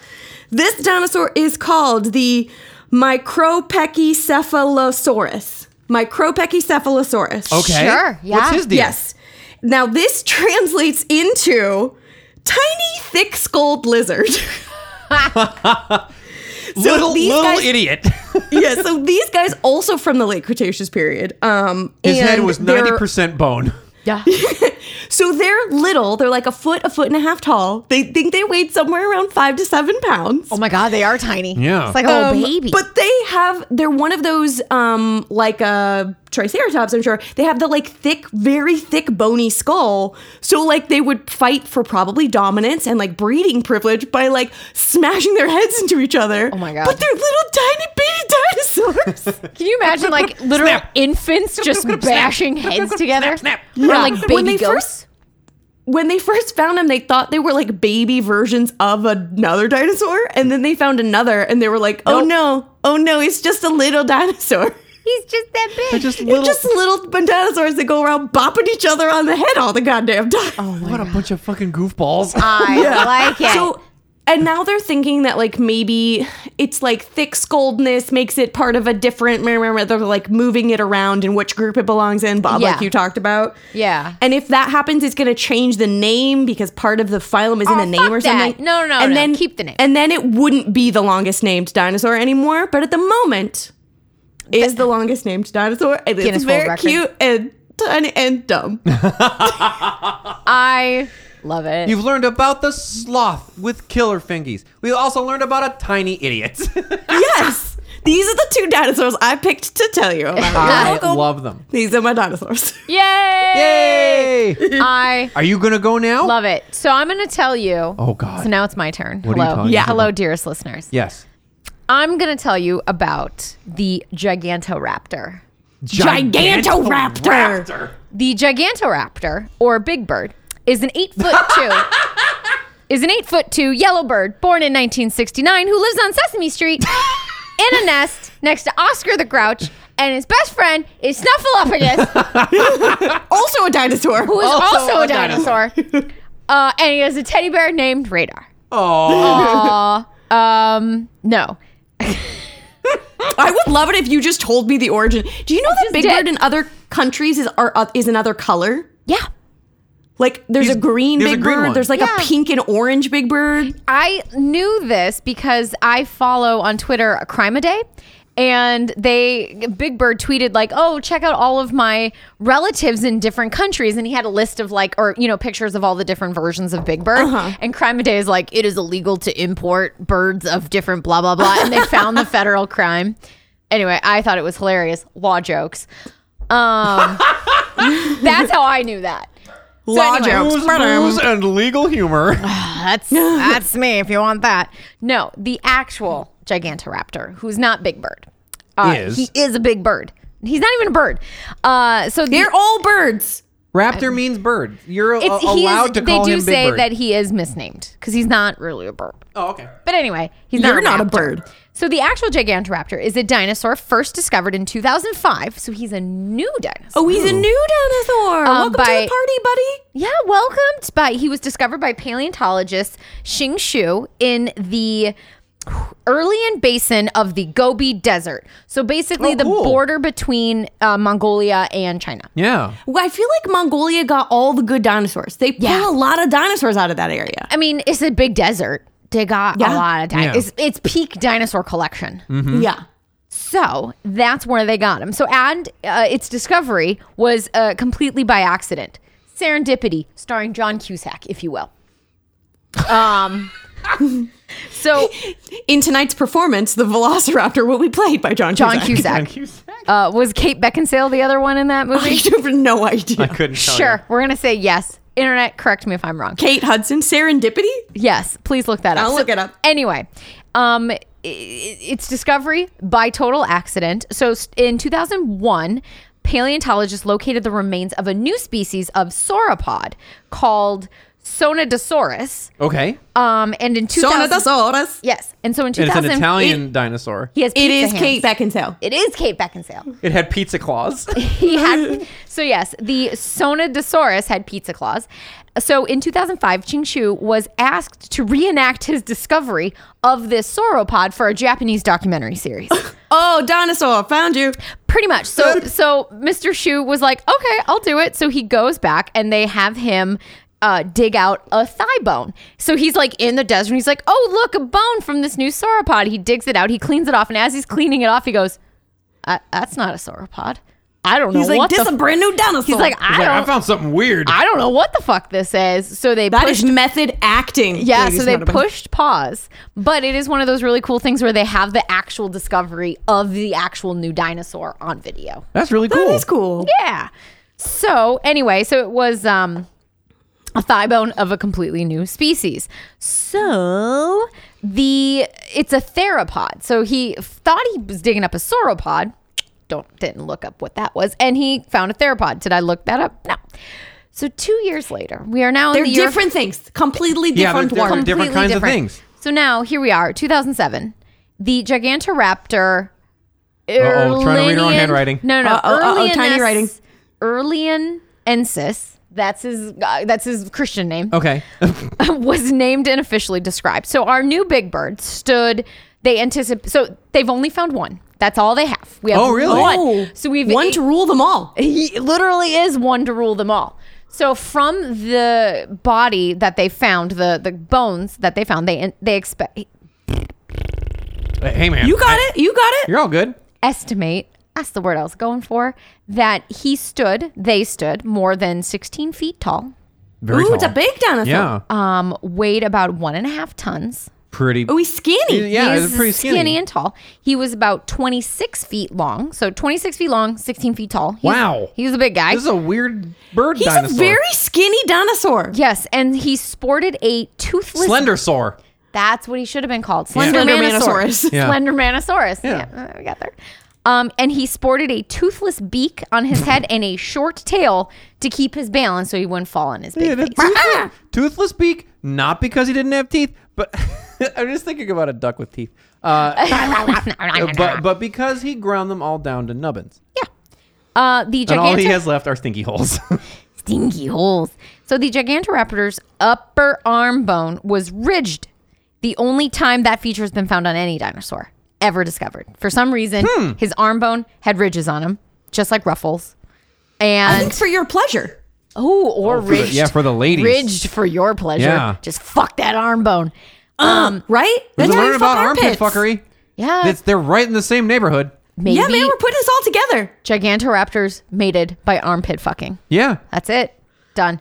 Speaker 4: This dinosaur is called the Micropecycephalosaurus. Micropecycephalosaurus.
Speaker 3: Okay.
Speaker 2: Sure, yeah.
Speaker 3: What's his deal?
Speaker 4: Yes. Now this translates into tiny, thick-skulled lizard.
Speaker 3: little
Speaker 4: these
Speaker 3: little
Speaker 4: guys-
Speaker 3: idiot.
Speaker 4: yeah. So these guys also from the late Cretaceous period. Um,
Speaker 3: His head
Speaker 4: and
Speaker 3: was
Speaker 4: they're-
Speaker 3: ninety percent bone.
Speaker 2: Yeah.
Speaker 4: So they're little. They're like a foot, a foot and a half tall. They think they weighed somewhere around five to seven pounds.
Speaker 2: Oh my God, they are tiny.
Speaker 3: Yeah.
Speaker 2: It's like a little
Speaker 4: Um,
Speaker 2: baby.
Speaker 4: But they have they're one of those um like a triceratops, I'm sure. They have the like thick, very thick bony skull. So like they would fight for probably dominance and like breeding privilege by like smashing their heads into each other. Oh
Speaker 2: my God.
Speaker 4: But they're little tiny baby dinosaurs.
Speaker 2: Can you imagine like literal
Speaker 3: Snap.
Speaker 2: infants just bashing heads together?
Speaker 3: snap.
Speaker 2: Or like baby
Speaker 4: When they
Speaker 2: ghosts?
Speaker 4: when they first found them, they thought they were like baby versions of another dinosaur, and then they found another and they were like, oh no, oh no, it's just a little dinosaur.
Speaker 2: He's just that big.
Speaker 3: Just
Speaker 4: They're
Speaker 3: little.
Speaker 4: just little dinosaurs that go around bopping each other on the head all the goddamn time.
Speaker 1: oh
Speaker 3: what a bunch of fucking goofballs.
Speaker 2: I like it.
Speaker 4: So, and now they're thinking that like maybe it's like thick scoldness makes it part of a different. They're like moving it around and which group it belongs in. Bob,
Speaker 2: Yeah.
Speaker 4: like you talked about.
Speaker 2: yeah.
Speaker 4: And if that happens, it's going to change the name because part of the phylum is in
Speaker 2: Oh,
Speaker 4: the name
Speaker 2: fuck
Speaker 4: or
Speaker 2: that.
Speaker 4: something.
Speaker 2: No, no, no,
Speaker 4: And
Speaker 2: no.
Speaker 4: then
Speaker 2: Keep the name.
Speaker 4: And then it wouldn't be the longest named dinosaur anymore. But at the moment, it is the longest named dinosaur. And
Speaker 2: Guinness
Speaker 4: it's
Speaker 2: World
Speaker 4: very
Speaker 2: Record.
Speaker 4: cute and tiny and dumb.
Speaker 2: I love it.
Speaker 3: You've learned about the sloth with killer fingies. We also learned about a tiny idiot.
Speaker 4: yes. These are the two dinosaurs I picked to tell you about.
Speaker 3: I love them.
Speaker 4: These are my dinosaurs.
Speaker 2: Yay!
Speaker 3: Yay!
Speaker 2: I
Speaker 3: Are you gonna go now?
Speaker 2: love it. So I'm going to tell you.
Speaker 3: Oh, God.
Speaker 2: So now it's my turn.
Speaker 3: What are you
Speaker 2: Hello.
Speaker 3: talking
Speaker 4: Yeah.
Speaker 2: Hello,
Speaker 3: about?
Speaker 2: dearest listeners.
Speaker 3: Yes.
Speaker 2: I'm going to tell you about the Gigantoraptor.
Speaker 4: Gigantoraptor.
Speaker 2: The Gigantoraptor, or Big Bird, is an eight foot two. Is an eight foot two yellow bird born in 1969 who lives on Sesame Street in a nest next to Oscar the Grouch, and his best friend is Snuffleupagus,
Speaker 4: Also a dinosaur.
Speaker 2: who is
Speaker 3: Also
Speaker 2: also,
Speaker 3: a
Speaker 2: a dinosaur. uh, and he has a teddy bear named Radar.
Speaker 3: Oh,
Speaker 2: Um, no.
Speaker 4: I would love it if you just told me the origin. Do you know that
Speaker 2: just
Speaker 4: Big
Speaker 2: did.
Speaker 4: Bird in other countries is are uh, is another color?
Speaker 2: Yeah.
Speaker 4: Like there's
Speaker 3: He's-
Speaker 4: a green
Speaker 3: there's a
Speaker 4: Big
Speaker 3: green
Speaker 4: Bird.
Speaker 3: one.
Speaker 4: There's like
Speaker 2: Yeah.
Speaker 4: a pink and orange Big Bird.
Speaker 2: I knew this because I follow on Twitter a crime a day. And they, Big Bird tweeted, like, oh, check out all of my relatives in different countries. And he had a list of, like, or, you know, pictures of all the different versions of Big Bird. And Crime a Day is like, it is illegal to import birds of different blah, blah, blah. And they found the federal crime. Anyway, I thought it was hilarious. Law jokes. Um, that's how I knew that. So
Speaker 4: Law
Speaker 2: anyway-
Speaker 4: jokes.
Speaker 3: booze, booze, and legal humor.
Speaker 2: That's that's me if you want that. No, the actual Gigantoraptor, who's not Big Bird, uh,
Speaker 3: Is.
Speaker 2: he is a big bird. He's not even a bird. Uh, so the-
Speaker 4: They're all birds.
Speaker 3: Raptor means bird. You're a-
Speaker 2: it's- he's-
Speaker 3: allowed to
Speaker 2: they
Speaker 3: call
Speaker 2: do
Speaker 3: him Big
Speaker 2: say
Speaker 3: Bird.
Speaker 2: that he is misnamed because he's not really a bird.
Speaker 3: oh, okay.
Speaker 2: But anyway, he's
Speaker 4: You're
Speaker 2: not.
Speaker 4: not a
Speaker 2: raptor.
Speaker 4: bird.
Speaker 2: So the actual Gigantoraptor is a dinosaur first discovered in 2005. So he's a new dinosaur.
Speaker 4: Oh, he's a new dinosaur.
Speaker 2: Um,
Speaker 4: Uh, Welcome to
Speaker 2: by-
Speaker 4: the party, buddy.
Speaker 2: Yeah, welcomed by he was discovered by paleontologist Xing Shu in the Earlian basin of the Gobi Desert. So basically
Speaker 3: Oh,
Speaker 2: the
Speaker 3: cool.
Speaker 2: border between uh, Mongolia and China.
Speaker 3: Yeah.
Speaker 4: Well, I feel like Mongolia got all the good dinosaurs. They pull
Speaker 2: Yeah.
Speaker 4: a lot of dinosaurs out of that area.
Speaker 2: I mean, it's a big desert. They got
Speaker 4: Yeah. Mm.
Speaker 2: a lot of
Speaker 3: Yeah.
Speaker 2: dinosaurs. It's, it's peak dinosaur collection.
Speaker 4: Yeah.
Speaker 2: So that's where they got him. So, and uh, its discovery was uh, completely by accident. Serendipity, starring John Cusack, if you will. Um, so
Speaker 4: In tonight's performance, the Velociraptor will be played by John.
Speaker 2: John
Speaker 4: Cusack.
Speaker 2: Cusack. Uh, was Kate Beckinsale the other one in that movie?
Speaker 4: I have no idea.
Speaker 3: Couldn't Oh, tell
Speaker 2: sure. We're going to say yes. Internet, correct me if I'm wrong.
Speaker 4: Kate Hudson, Serendipity.
Speaker 2: Yes. Please look that up.
Speaker 4: I'll look it up.
Speaker 2: Anyway, um, i- i- its discovery by total accident. So s- in 2001, paleontologists located the remains of a new species of sauropod called Sonodosaurus.
Speaker 3: Okay.
Speaker 2: Um, and in 2000,
Speaker 4: Sonodosaurus.
Speaker 2: yes, and so in
Speaker 3: and it's
Speaker 2: 2000,
Speaker 3: an Italian dinosaur.
Speaker 2: He has
Speaker 4: It
Speaker 2: pizza
Speaker 4: is
Speaker 2: hands.
Speaker 4: Kate Beckinsale.
Speaker 2: It is Kate Beckinsale.
Speaker 3: It had pizza claws.
Speaker 2: He had so yes, the Sonodosaurus had pizza claws. So in 2005, Ching Shu was asked to reenact his discovery of this sauropod for a Japanese documentary series.
Speaker 4: Oh, dinosaur, found you.
Speaker 2: Pretty much. So so Mr. Shu was like, "Okay, I'll do it." So he goes back and they have him uh, dig out a thigh bone. So he's like in the desert and he's like, "Oh, look, a bone from this new sauropod." He digs it out, he cleans it off, and as he's cleaning it off, he goes, "Uh, "That's not a sauropod." I don't know
Speaker 4: He's like,
Speaker 2: what
Speaker 4: this
Speaker 2: the
Speaker 4: is a brand new dinosaur.
Speaker 2: He's like, I
Speaker 3: Like,
Speaker 2: don't,
Speaker 3: I found something weird.
Speaker 2: I don't know what the fuck this is. So they
Speaker 4: that
Speaker 2: pushed,
Speaker 4: is method acting.
Speaker 2: yeah.
Speaker 4: ladies
Speaker 2: So
Speaker 4: and
Speaker 2: they
Speaker 4: gentlemen.
Speaker 2: pushed pause, but it is one of those really cool things where they have the actual discovery of the actual new dinosaur on video.
Speaker 3: That's really cool.
Speaker 4: That is cool.
Speaker 2: Yeah. So anyway, so it was um, a thigh bone of a completely new species. So the it's a theropod. So he thought he was digging up a sauropod. Don't didn't look up what that was, and he found a theropod. Did I look that up? No. So two years later, we are now
Speaker 4: They're
Speaker 2: in the year-
Speaker 4: different things. Completely
Speaker 3: Yeah, they're
Speaker 4: different
Speaker 3: different.
Speaker 4: world.
Speaker 2: completely
Speaker 3: kinds of things.
Speaker 2: So now here we are, 2007. The Gigantoraptor.
Speaker 3: Uh-oh, trying to read her own
Speaker 2: Erlinian-
Speaker 3: handwriting.
Speaker 2: No, no,
Speaker 4: Uh-oh, uh-oh,
Speaker 2: Erlianus-
Speaker 4: tiny writing.
Speaker 2: Erlianensis. That's his. Uh, that's his Christian name.
Speaker 3: Okay.
Speaker 2: was named and officially described. So our new big bird stood. They anticipate. So they've only found one. That's all they have. We have
Speaker 3: Oh, really?
Speaker 2: one.
Speaker 4: Oh,
Speaker 2: So we've
Speaker 4: one to rule them all.
Speaker 2: he literally is one to rule them all. So from the body that they found, the the bones that they found, they they expect
Speaker 3: hey man.
Speaker 4: You got
Speaker 3: I-
Speaker 4: it. You got it.
Speaker 3: You're all good.
Speaker 2: estimate that's the word I was going for that he stood, they stood more than sixteen feet tall,
Speaker 3: Very
Speaker 4: Ooh,
Speaker 3: tall.
Speaker 4: it's a big dinosaur.
Speaker 3: Yeah.
Speaker 2: um, weighed about one and a half tons.
Speaker 3: pretty.
Speaker 4: Oh, he's skinny.
Speaker 3: yeah,
Speaker 2: He's
Speaker 3: it's pretty skinny.
Speaker 2: and tall. He was about twenty six feet long, so twenty six feet long, sixteen feet tall. He's-
Speaker 3: Wow.
Speaker 2: he was a big guy.
Speaker 3: This is a weird bird
Speaker 4: He's
Speaker 3: dinosaur.
Speaker 4: a very skinny dinosaur.
Speaker 2: yes, and he sported a toothless
Speaker 3: slender sore.
Speaker 2: That's what he should have been called.
Speaker 3: Yeah.
Speaker 2: Slender Manosaurus.
Speaker 4: Slendermanosaurus.
Speaker 3: Yeah.
Speaker 2: Slender Manosaurus.
Speaker 3: Yeah.
Speaker 2: Yeah. we got there. Um, and he sported a toothless beak on his head and a short tail to keep his balance so he wouldn't fall on his big
Speaker 3: Yeah, that
Speaker 2: face.
Speaker 4: Ah!
Speaker 3: toothless, toothless beak, not because he didn't have teeth, but I'm just thinking about a duck with teeth. Uh, but but because he ground them all down to nubbins,
Speaker 2: uh, the
Speaker 3: and all he
Speaker 2: gigantic-
Speaker 3: has left are stinky holes.
Speaker 2: stinky holes. So the Gigantoraptor's upper arm bone was ridged. The only time that feature has been found on any dinosaur ever discovered. For some reason, his arm bone had ridges on him, just like Ruffles.
Speaker 4: I
Speaker 2: And
Speaker 4: think for your pleasure.
Speaker 2: Oh, or
Speaker 3: for the-
Speaker 2: ridged.
Speaker 3: yeah, for the ladies.
Speaker 2: Ridged for your pleasure.
Speaker 3: Yeah.
Speaker 2: Just fuck that arm bone.
Speaker 4: Um, right?
Speaker 3: We're
Speaker 4: how
Speaker 3: learning
Speaker 4: you
Speaker 3: about
Speaker 4: fuck Uh,
Speaker 3: armpit fuckery.
Speaker 2: Yeah.
Speaker 3: It's, they're right in the same neighborhood.
Speaker 2: maybe
Speaker 4: Yeah, man, we're putting this all together.
Speaker 2: Gigantoraptors mated by armpit fucking.
Speaker 3: Yeah,
Speaker 4: Uh,
Speaker 2: That's it. Done.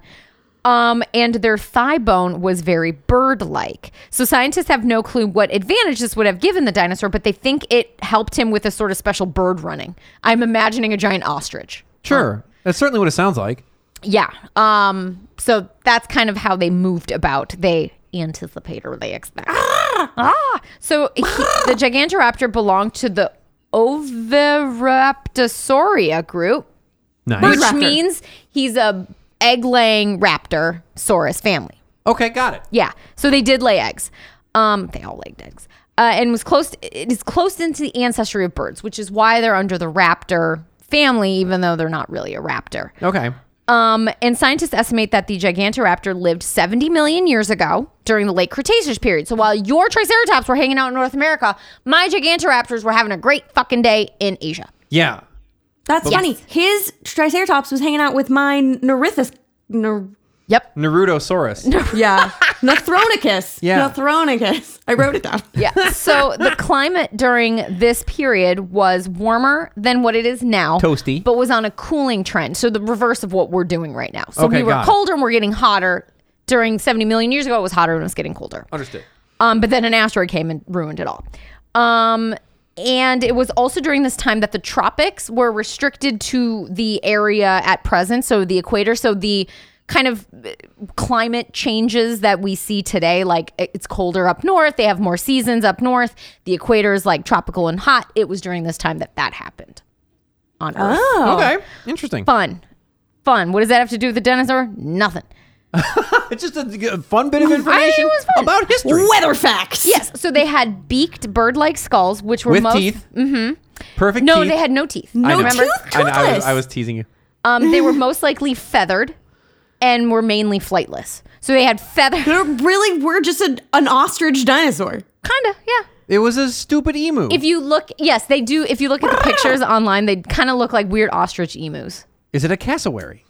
Speaker 2: Um, and their thigh bone was very bird like. So scientists have no clue what advantage this would have given the dinosaur, but they think it helped him with a sort of special bird running. I'm imagining a giant ostrich.
Speaker 3: sure. That's certainly what it sounds like.
Speaker 2: Yeah. Um, so that's kind of how they moved about. They anticipate or they expect. Ah! So he, the Gigantoraptor belonged to the Oviraptorosauria group,
Speaker 3: Nice.
Speaker 2: which means he's a egg-laying raptor saurus family.
Speaker 3: Okay, got it.
Speaker 2: Yeah. So they did lay eggs. Um, they all laid eggs. Uh, and was close. it is close into the ancestry of birds, which is why they're under the raptor family, even though they're not really a raptor.
Speaker 3: Okay.
Speaker 2: Um, and scientists estimate that the Gigantoraptor lived 70 million years ago during the late Cretaceous period. So while your Triceratops were hanging out in North America, my Gigantoraptors were having a great fucking day in Asia.
Speaker 3: Yeah.
Speaker 4: That's funny. His Triceratops was hanging out with my Nerithus. Ner-
Speaker 2: Yep.
Speaker 3: Nerudosaurus.
Speaker 4: yeah. Nathronicus.
Speaker 3: Yeah.
Speaker 4: Nathronicus. I wrote it down.
Speaker 2: Yeah. so the climate during this period was warmer than what it is now.
Speaker 3: Toasty.
Speaker 2: But was on a cooling trend. So the reverse of what we're doing right now. So
Speaker 3: Okay,
Speaker 2: we were
Speaker 3: got it.
Speaker 2: colder and we're getting hotter. During 70 million years ago, it was hotter and it was getting colder.
Speaker 3: Understood.
Speaker 2: Um, but then an asteroid came and ruined it all. Um, and it was also during this time that the tropics were restricted to the area at present, so the equator. So the kind of uh, climate changes that we see today, like it- it's colder up north, they have more seasons up north. The equator is like tropical and hot. It was during this time that that happened on Earth.
Speaker 4: Oh.
Speaker 3: Okay. Interesting.
Speaker 2: Fun, fun. What does that have to do with the dinosaur? Nothing.
Speaker 3: it's just a, a fun bit of
Speaker 2: it
Speaker 3: information
Speaker 2: was fun.
Speaker 3: about history
Speaker 4: Weather facts.
Speaker 2: Yes. So they had beaked bird-like skulls, which were
Speaker 3: with
Speaker 2: most
Speaker 3: teeth. Mm-hmm. Perfect.
Speaker 2: No,
Speaker 3: teeth.
Speaker 2: they had no teeth.
Speaker 3: I
Speaker 4: No
Speaker 3: know.
Speaker 4: teeth.
Speaker 3: I, know, I, was,
Speaker 4: Toothless.
Speaker 3: I was teasing you.
Speaker 2: Um, they were most likely feathered, and were mainly flightless. So they had feathered,
Speaker 4: They're really, we're just an, an ostrich dinosaur.
Speaker 2: kinda, yeah.
Speaker 3: It was a stupid emu.
Speaker 2: If you look, yes, they do. If you look at the pictures online, they kind of look like weird ostrich emus.
Speaker 3: Is it a cassowary?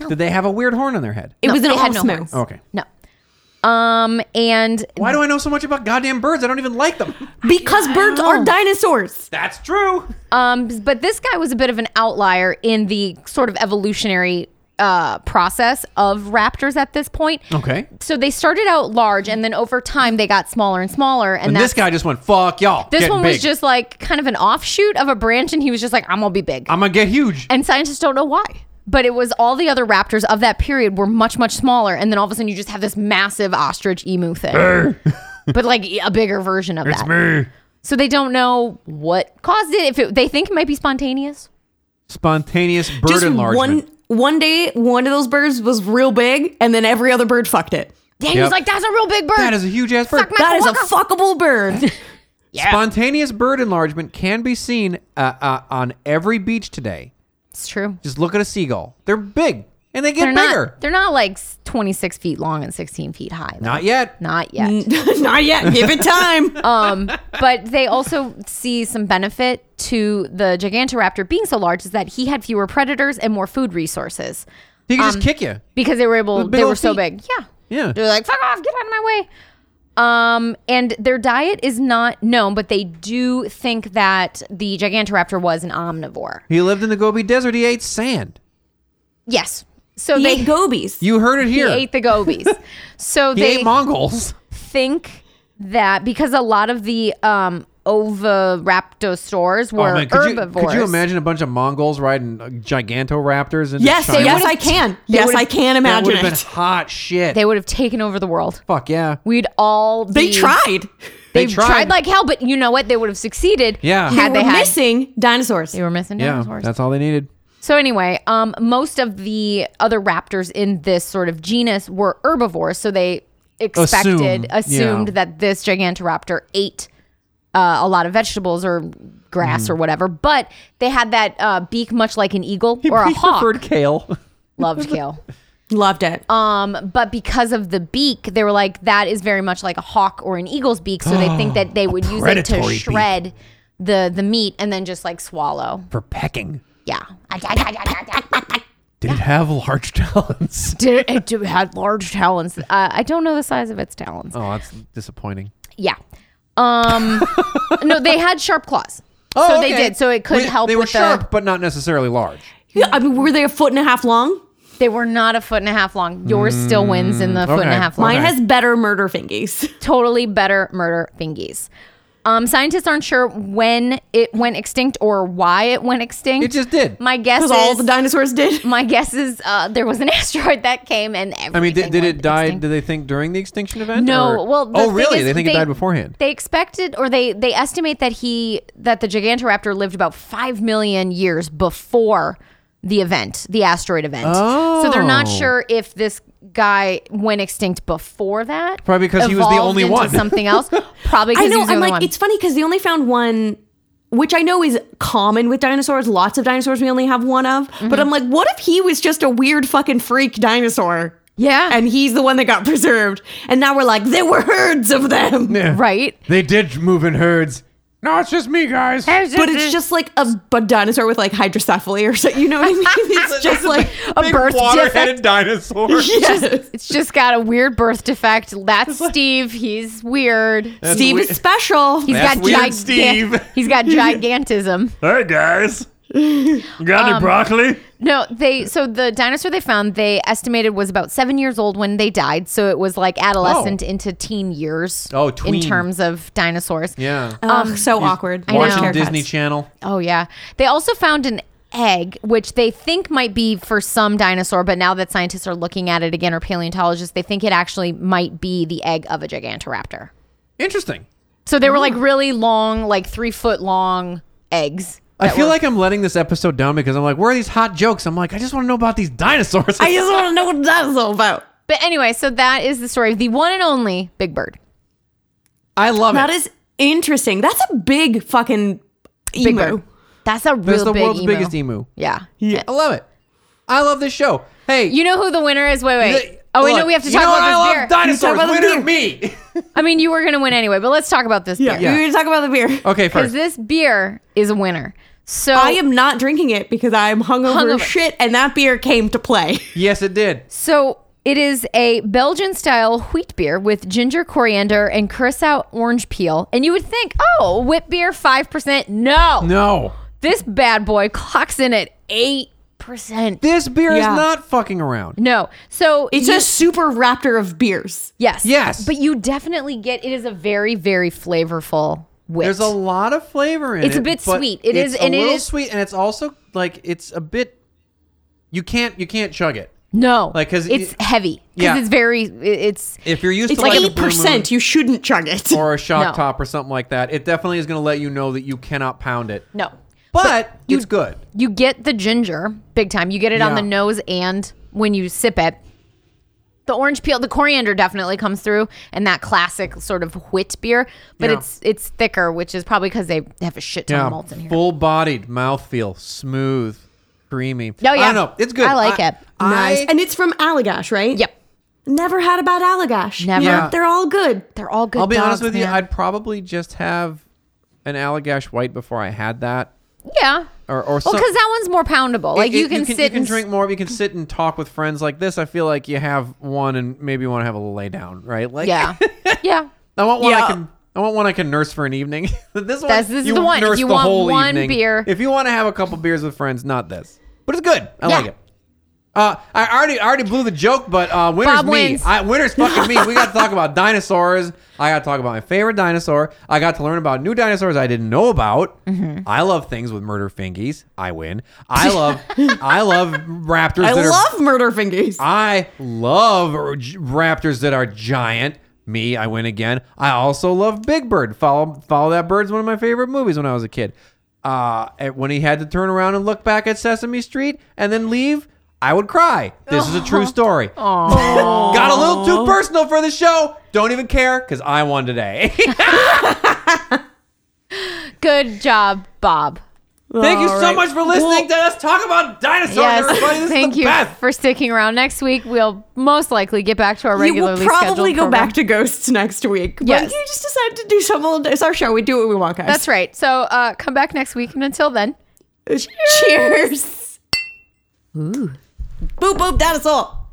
Speaker 3: Did they have a weird horn on their head?
Speaker 4: It was an
Speaker 2: they had no
Speaker 4: osmo.
Speaker 2: horns.
Speaker 3: Okay.
Speaker 2: No. Um, and
Speaker 3: Why do I know so much about goddamn birds? I don't even like them.
Speaker 4: because birds are
Speaker 2: know.
Speaker 4: dinosaurs.
Speaker 3: That's true.
Speaker 2: Um, but this guy was a bit of an outlier in the sort of evolutionary uh, process of raptors at this point.
Speaker 3: Okay.
Speaker 2: So they started out large, and then over time they got smaller and smaller. And,
Speaker 3: And
Speaker 2: that's,
Speaker 3: this guy just went, fuck y'all.
Speaker 2: this
Speaker 3: getting
Speaker 2: one
Speaker 3: big.
Speaker 2: was just like kind of an offshoot of a branch, and he was just like, "I'm gonna be big."
Speaker 3: I'm gonna get huge.
Speaker 2: and scientists don't know why. But it was all the other raptors of that period were much much smaller, and then all of a sudden you just have this massive ostrich emu thing, but like a bigger version of that. So they don't know what caused it. If it, they think it might be spontaneous,
Speaker 3: Spontaneous bird
Speaker 4: Just
Speaker 3: enlargement.
Speaker 4: one one day, one of those birds was real big, and then every other bird fucked it.
Speaker 2: Yeah, he
Speaker 3: Yep.
Speaker 2: was like, "That's a real big bird."
Speaker 3: That is a huge ass bird.
Speaker 2: Suck my-
Speaker 4: That is a
Speaker 2: Fucker.
Speaker 4: fuckable bird.
Speaker 3: Spontaneous bird enlargement can be seen uh, uh, on every beach today.
Speaker 2: it's true.
Speaker 3: Just look at a seagull. They're big and they
Speaker 2: They're
Speaker 3: get bigger.
Speaker 2: not. They're not like s- 26 feet long and 16 feet high. though.
Speaker 3: Not yet.
Speaker 2: Not yet.
Speaker 4: Not yet. Give it time.
Speaker 2: um, but they also see some benefit to the Gigantoraptor being so large is that he had fewer predators and more food resources
Speaker 3: He
Speaker 2: um,
Speaker 3: can just kick you.
Speaker 2: because they were able.
Speaker 3: With big
Speaker 2: They
Speaker 3: old
Speaker 2: were so
Speaker 3: feet.
Speaker 2: big. Yeah.
Speaker 3: Yeah.
Speaker 2: They're like, "Fuck off! Get out of my way." Um, and their diet is not known, but they do think that the Gigantoraptor was an omnivore.
Speaker 3: He lived in the Gobi Desert. He ate sand.
Speaker 2: Yes. So
Speaker 4: he
Speaker 2: they
Speaker 4: ate gobies.
Speaker 3: You heard it here.
Speaker 2: He ate the gobies. so
Speaker 3: He
Speaker 2: they
Speaker 3: ate Mongols.
Speaker 2: think that because a lot of the um, oviraptors were
Speaker 3: Oh, man, could, you,
Speaker 2: herbivores.
Speaker 3: could you imagine a bunch of Mongols riding uh, gigantoraptors? Into
Speaker 4: yes,
Speaker 3: China?
Speaker 4: yes, I can. Yes, I can
Speaker 3: That
Speaker 4: imagine
Speaker 3: would have been
Speaker 4: it.
Speaker 3: hot shit.
Speaker 2: They would have taken over the world.
Speaker 3: Fuck yeah.
Speaker 2: We'd all
Speaker 4: They
Speaker 2: be,
Speaker 4: tried.
Speaker 2: They,
Speaker 3: They
Speaker 2: tried.
Speaker 3: tried.
Speaker 2: like hell, but you know what? They would have succeeded.
Speaker 3: Yeah.
Speaker 2: had
Speaker 4: they
Speaker 2: they
Speaker 4: were
Speaker 2: had.
Speaker 4: missing dinosaurs.
Speaker 2: They were missing
Speaker 3: Yeah,
Speaker 2: dinosaurs.
Speaker 3: that's all they needed.
Speaker 2: So anyway, um, most of the other raptors in this sort of genus were herbivores, so they expected,
Speaker 3: Assume,
Speaker 2: assumed
Speaker 3: yeah.
Speaker 2: that this Gigantoraptor ate uh, a lot of vegetables or
Speaker 3: Hmm.
Speaker 2: grass or whatever. But they had that uh, beak, much like an eagle or a
Speaker 3: He
Speaker 2: hawk.
Speaker 3: preferred kale.
Speaker 2: Loved kale.
Speaker 4: Loved it.
Speaker 2: Um, but because of the beak, they were like that is very much like a hawk or an eagle's beak, so they think that they would use it to
Speaker 3: predatory beak.
Speaker 2: shred the the meat and then just like swallow.
Speaker 3: For pecking.
Speaker 2: Yeah.
Speaker 3: Did it have large talons?
Speaker 2: did it, it did- had large talons. Uh, I don't know the size of its talons.
Speaker 3: Oh, that's disappointing.
Speaker 2: Yeah. Um, no, they had sharp claws. so Oh, they did. So it could help
Speaker 3: Oh, They
Speaker 2: with
Speaker 3: were sharp, but not necessarily large.
Speaker 4: Yeah, I mean, were they a foot and a half long?
Speaker 2: the. They were not a foot and a half long. Yours still wins in the foot and a
Speaker 3: okay.
Speaker 2: half long.
Speaker 4: Mine
Speaker 3: Okay.
Speaker 4: has better murder fingies.
Speaker 2: Totally better murder thingies. Um, scientists aren't sure when it went extinct or why it went extinct.
Speaker 3: It just did.
Speaker 2: My guess is
Speaker 4: Because all the dinosaurs did.
Speaker 2: my guess is uh, there was an asteroid that came and everything
Speaker 3: I mean, did, did it
Speaker 2: went
Speaker 3: die?
Speaker 2: extinct.
Speaker 3: Did they think during the extinction event?
Speaker 2: No,
Speaker 3: or-
Speaker 2: well, the
Speaker 3: oh,
Speaker 2: thing
Speaker 3: really?
Speaker 2: is
Speaker 3: They think it died beforehand.
Speaker 2: They expected, or they they estimate that he that the Gigantoraptor lived about five million years before the event, the asteroid event. So they're not
Speaker 3: Oh.
Speaker 2: sure if this guy went extinct before that.
Speaker 3: Probably 'cause he was the
Speaker 2: evolved
Speaker 3: only
Speaker 2: into
Speaker 3: one.
Speaker 2: Something else. Probably because he
Speaker 4: I know.
Speaker 2: was the
Speaker 4: I'm
Speaker 2: only
Speaker 4: like,
Speaker 2: one.
Speaker 4: it's funny because they only found one, which I know is common with dinosaurs. Lots of dinosaurs we only have one of.
Speaker 2: Mm-hmm.
Speaker 4: But I'm like, what if he was just a weird fucking freak dinosaur?
Speaker 2: yeah,
Speaker 4: And he's the one that got preserved. And now we're like, there were herds of them.
Speaker 2: right.
Speaker 3: They did move in herds. No, it's just me, guys.
Speaker 4: But it's just like a, a dinosaur with like hydrocephaly or something. You know what I mean? It's just like
Speaker 2: A birth defect.
Speaker 3: water-headed dinosaur.
Speaker 4: yes.
Speaker 2: It's just got a weird birth defect. That's Steve. He's weird.
Speaker 4: Steve
Speaker 3: we-
Speaker 4: is special.
Speaker 2: He's
Speaker 3: That's
Speaker 2: got
Speaker 3: weird,
Speaker 2: gigan-
Speaker 3: Steve.
Speaker 2: He's got gigantism.
Speaker 1: Hey guys, got
Speaker 2: Um,
Speaker 1: any broccoli?
Speaker 2: No, they so the dinosaur they found they estimated was about seven years old when they died, so it was like adolescent
Speaker 3: Oh.
Speaker 2: into teen years.
Speaker 3: Oh,
Speaker 2: in
Speaker 3: tween.
Speaker 2: terms of dinosaurs.
Speaker 3: yeah.
Speaker 4: Ugh, so awkward.
Speaker 2: know.
Speaker 3: Watching
Speaker 4: Haircuts.
Speaker 3: Disney Channel.
Speaker 2: Oh yeah. They also found an egg, which they think might be for some dinosaur, but now that scientists are looking at it again or paleontologists, they think it actually might be the egg of a gigantoraptor.
Speaker 3: Interesting.
Speaker 2: So they were like really long, like three foot long eggs.
Speaker 3: I feel like I'm letting this episode down because I'm like, where are these hot jokes? I'm like, I just want to know about these dinosaurs.
Speaker 4: I just want to know what that's all about.
Speaker 2: But anyway, so that is the story of the one and only Big Bird.
Speaker 3: I love
Speaker 4: That
Speaker 3: it.
Speaker 4: is interesting. That's a big fucking
Speaker 2: Big
Speaker 4: emo.
Speaker 2: Bird. That's a real
Speaker 3: That's the
Speaker 2: big
Speaker 3: world's
Speaker 2: emo.
Speaker 3: biggest emu.
Speaker 2: Yeah.
Speaker 3: I love it. I love this show. Hey,
Speaker 2: You know who the winner is? Wait, wait.
Speaker 3: Look,
Speaker 2: oh, we know we have to
Speaker 3: you
Speaker 2: talk
Speaker 3: know
Speaker 2: about
Speaker 3: I
Speaker 2: this
Speaker 3: love
Speaker 2: beer.
Speaker 3: Dinosaurs.
Speaker 4: about the
Speaker 3: Winner
Speaker 4: beer.
Speaker 3: me.
Speaker 2: I mean, you were going to win anyway, but let's talk about this beer.
Speaker 3: Yeah.
Speaker 4: We were gonna talk about the beer.
Speaker 3: okay,
Speaker 2: Because
Speaker 3: first.
Speaker 2: this beer is a winner. So
Speaker 4: I am not drinking it because I'm hungover,
Speaker 2: Hungover.
Speaker 4: as shit, and that beer came to play.
Speaker 3: yes, it did.
Speaker 2: So it is a Belgian style wheat beer with ginger, coriander, and curacao orange peel. And you would think, oh, whip beer, 5%. No.
Speaker 3: No,
Speaker 2: This bad boy clocks in at 8%.
Speaker 3: this beer
Speaker 4: Yeah.
Speaker 3: is not fucking around.
Speaker 2: no. So
Speaker 4: It's
Speaker 2: you-
Speaker 4: a super raptor of beers.
Speaker 2: Yes.
Speaker 3: Yes.
Speaker 2: But you definitely get it is a very, very flavorful whip.
Speaker 3: There's a lot of flavor in
Speaker 2: It's
Speaker 3: it.
Speaker 2: a bit
Speaker 3: but
Speaker 2: sweet. It
Speaker 3: it's
Speaker 2: is-
Speaker 3: a
Speaker 2: and it
Speaker 3: little
Speaker 2: is-
Speaker 3: sweet, and it's also like it's a bit. You can't you can't chug it.
Speaker 2: no.
Speaker 3: Like, 'cause
Speaker 2: it's
Speaker 3: y-
Speaker 2: heavy. Because
Speaker 3: Yeah.
Speaker 2: it's very it- it's
Speaker 3: If you're used
Speaker 4: It's
Speaker 3: to like a
Speaker 4: eight
Speaker 3: Blue Moon
Speaker 4: percent. You shouldn't chug it.
Speaker 3: or a shock
Speaker 2: No.
Speaker 3: top or something like that, it definitely is going to let you know that you cannot pound it.
Speaker 2: no.
Speaker 3: but, it's good.
Speaker 2: you get the ginger big time. You get it on
Speaker 3: Yeah.
Speaker 2: the nose and when you sip it. The orange peel, the coriander definitely comes through and that classic sort of wit beer, but
Speaker 3: Yeah.
Speaker 2: it's it's thicker, which is probably because they have a shit ton of malt in here.
Speaker 3: Full bodied mouthfeel, smooth, creamy.
Speaker 2: Oh, yeah.
Speaker 3: I don't know. It's good.
Speaker 2: I like it.
Speaker 3: I-
Speaker 4: Nice. And it's from Allagash, right?
Speaker 2: yep.
Speaker 4: Never had a bad Allagash.
Speaker 2: Never.
Speaker 3: Yeah.
Speaker 4: They're all good.
Speaker 2: They're all good.
Speaker 3: I'll be
Speaker 2: dogs,
Speaker 3: honest with you.
Speaker 2: man.
Speaker 3: I'd probably just have an Allagash White before I had that.
Speaker 2: yeah.
Speaker 3: Or, or
Speaker 2: Well,
Speaker 3: some-
Speaker 2: because that one's more poundable. Like
Speaker 3: It-
Speaker 2: you
Speaker 3: it-
Speaker 2: can, sit
Speaker 3: you can
Speaker 2: and
Speaker 3: drink more. You can sit and talk with friends like this. I feel like you have one and maybe you want to have a little lay down, right? Like
Speaker 2: Yeah. Yeah.
Speaker 3: I want one I
Speaker 4: Yeah.
Speaker 3: can. I want one I can nurse for an evening. this one,
Speaker 2: That's- this is
Speaker 3: you
Speaker 2: the one. If
Speaker 3: Nurse
Speaker 2: you
Speaker 3: the
Speaker 2: want
Speaker 3: whole
Speaker 2: one
Speaker 3: evening.
Speaker 2: beer-
Speaker 3: if you want to have a couple beers with friends, not this, but it's good. I
Speaker 2: Yeah.
Speaker 3: like it. Uh, I already I already blew the joke, but uh, winner's
Speaker 2: Bob
Speaker 3: me.
Speaker 2: wins.
Speaker 3: I, winner's fucking me. We got to talk about dinosaurs. I got to talk about my favorite dinosaur. I got to learn about new dinosaurs I didn't know about.
Speaker 2: Mm-hmm.
Speaker 3: I love things with murder fingies. I win. I love I love raptors.
Speaker 4: I
Speaker 3: that are
Speaker 4: love murder fingies.
Speaker 3: I love r- j- raptors that are giant. Me, I win again. I also love Big Bird. Follow Follow That Bird's one of my favorite movies when I was a kid. Uh, and when he had to turn around and look back at Sesame Street and then leave, I would cry. This is a true story. Got a little too personal for the show. Don't even care because I won today.
Speaker 2: Good job, Bob.
Speaker 3: Thank you
Speaker 4: All
Speaker 3: so
Speaker 4: right.
Speaker 3: much for listening to us talk about dinosaurs, everybody. This
Speaker 2: Thank
Speaker 3: is the
Speaker 2: you
Speaker 3: best.
Speaker 2: for sticking around. Next week we'll most likely get back to our
Speaker 4: You
Speaker 2: regularly
Speaker 4: will probably
Speaker 2: scheduled
Speaker 4: go
Speaker 2: program.
Speaker 4: back to ghosts next week. But
Speaker 2: Yes.
Speaker 4: you just decided to do something. It's our show. We do what we want, guys.
Speaker 2: That's right. So uh, come back next week, and until then,
Speaker 4: Cheers. Ooh. Boop boop. That is all.